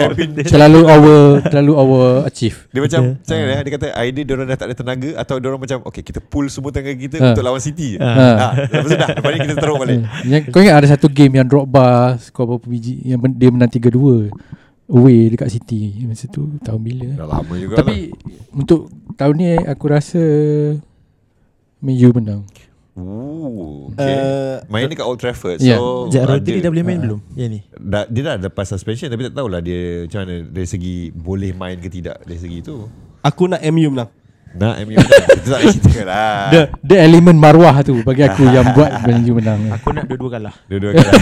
C: Terlalu over Terlalu over achieve
A: Dia macam macam mana eh? dia kata either dia orang dah tak ada tenaga atau dia orang macam okay kita pull semua tenaga kita
C: Ha.
A: untuk lawan City. Ha.
C: Ha.
A: Ha. Lepas tu dah lepas ni kita taruh
C: (laughs)
A: balik.
C: Hmm. Yang, kau ingat ada satu game yang drop bar skor berapa biji yang men- dia menang 3-2. away dekat City masa tu tahun bila.
A: Dah lama juga lah.
C: Tapi untuk tahun ni aku rasa Man U menang.
A: Ooh, okay.
D: Uh,
A: Main dekat Old Trafford
C: Yeah.
A: So
B: Jack
A: ada-
B: Rodri dah boleh main belum? Ya ni.
A: dah, Dia dah lepas suspension Tapi tak tahulah dia Macam mana Dari segi Boleh main ke tidak Dari segi tu
D: aku nak MU menang.
A: Nak MU menang Itu tak cerita lah
B: Ah.
C: The the element marwah tu bagi
B: (laughs)
C: aku yang buat Man U menang.
B: Aku nak dua-dua kalah.
A: Dua-dua kalah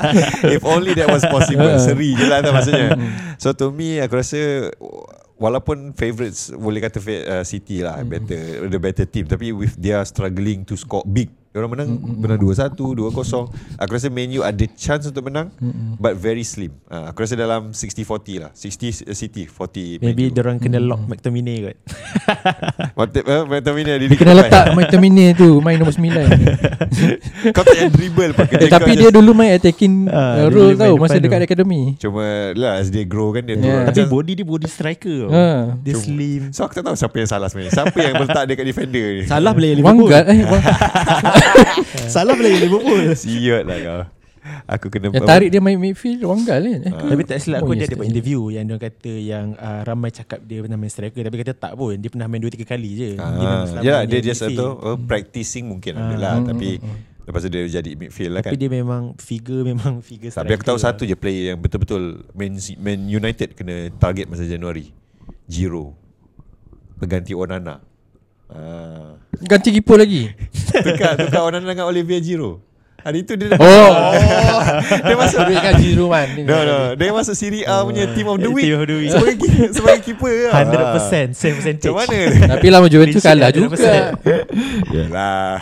A: (laughs) If only that was
C: (laughs)
A: possible Seri je lah tu maksudnya
C: Hmm.
A: So to me Aku rasa Walaupun favourites Boleh kata fa- uh, City lah
C: Hmm.
A: Better The better team Tapi with they are struggling To score big Orang menang
C: Hmm,
A: Menang 2-1 2-0 Aku rasa Man U ada chance untuk menang
C: Hmm,
A: But very slim uh, Aku rasa dalam 60-40 lah 60 City 40
B: Maybe orang kena lock McTominay kot.
A: Mantap uh, Mantap ini
C: Dia kena
B: ya.
C: letak McTominay tu main nombor 9.
A: Kau tak payah dribble pakai
C: eh,
A: Kau
B: ya.
C: tapi
A: just-
C: dia dulu main attacking
B: Ah,
C: uh, role
B: dia boleh main
C: tau masa
B: depan
C: dekat
B: tu.
C: akademi.
A: Cuma lah As dia grow kan dia
C: Yeah.
A: turun.
B: Tapi body dia body striker tau.
C: Ah.
B: Dia slim.
A: So aku tak tahu siapa yang salah sebenarnya. Siapa yang letak dia kat defender ni?
D: Salah boleh Liverpool.
C: Wanggat eh Wang,
B: Ah,
A: Eh.
D: Salah boleh (laughs) Liverpool.
A: Siot lah kau. Aku kena
C: yang tarik dia main midfield Wanggat kan. Eh,
B: Ah. Tapi tak silap
C: Oh,
B: aku
C: yes,
B: dia ada buat
C: yes.
B: interview yang dia kata yang uh, ramai cakap dia pernah main striker tapi kata tak pun dia pernah main 2 3 kali je. dia
A: Ah,
B: memang selama
A: ya, dia just tu
B: midfield.
A: uh, practicing mungkin ada lah tapi lepas tu dia jadi midfield lah kan.
B: Tapi dia memang figure (laughs) memang figure
A: Tapi aku tahu
B: striker.
A: satu je player yang betul-betul Man, Man United kena target masa Januari. Giro. Pengganti Onana. Ah.
C: Ganti keeper lagi.
A: Tukar, tukar Onana dengan Olivier Giro. Hari tu dia
C: Oh.
A: dia masuk
C: Duit kan Jiru kan.
A: No no Dia masuk Serie A punya Team of the
B: Eh,
A: Week
B: team of the week.
A: Sebagai, ki- sebagai keeper lah
B: 100% same percentage.
A: Macam (laughs) mana
C: Tapi lama Juventus
B: Prinsip
C: kalah
B: dia ada
C: juga.
A: (laughs) Yelah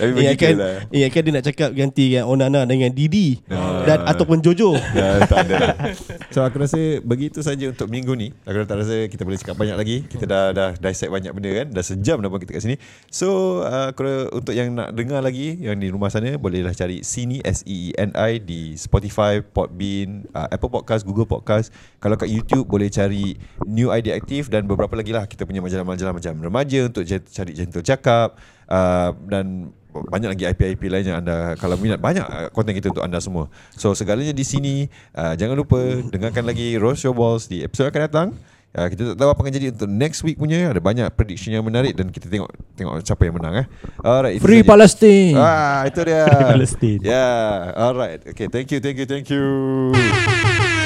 A: Tapi lah.
D: Ingatkan,
A: begitulah
D: ingatkan kan- ya, dia nak cakap ganti dengan Onana dengan Didi
A: Ah.
D: dan ataupun Jojo.
A: (laughs) Ya, tak ada lah. So aku rasa begitu saja untuk minggu ni. Aku tak rasa kita boleh cakap banyak lagi. Kita dah dah dissect banyak benda kan. Dah sejam dah pun kita kat sini. So uh, aku rasa untuk yang nak dengar lagi yang di rumah sana bolehlah cari Sini S E E N I di Spotify, Podbean, uh, Apple Podcast, Google Podcast. Kalau kat YouTube boleh cari New Idea Active dan beberapa lagi lah kita punya majalah-majalah macam remaja untuk je- cari jentul cakap uh, dan banyak lagi IP-IP lain yang anda kalau minat banyak uh, konten kita untuk anda semua. So segalanya di sini. Uh, jangan lupa dengarkan lagi Roast Your Balls di episod yang akan datang. Uh, kita tak tahu apa akan jadi untuk next week punya. Ada banyak prediction yang menarik dan kita tengok tengok siapa yang menang eh. Alright. itu
C: Free
A: saja.
C: Palestine.
A: Ah, itu dia.
B: Free Palestine.
A: Yeah. Alright. Okay, thank you, thank you, thank you.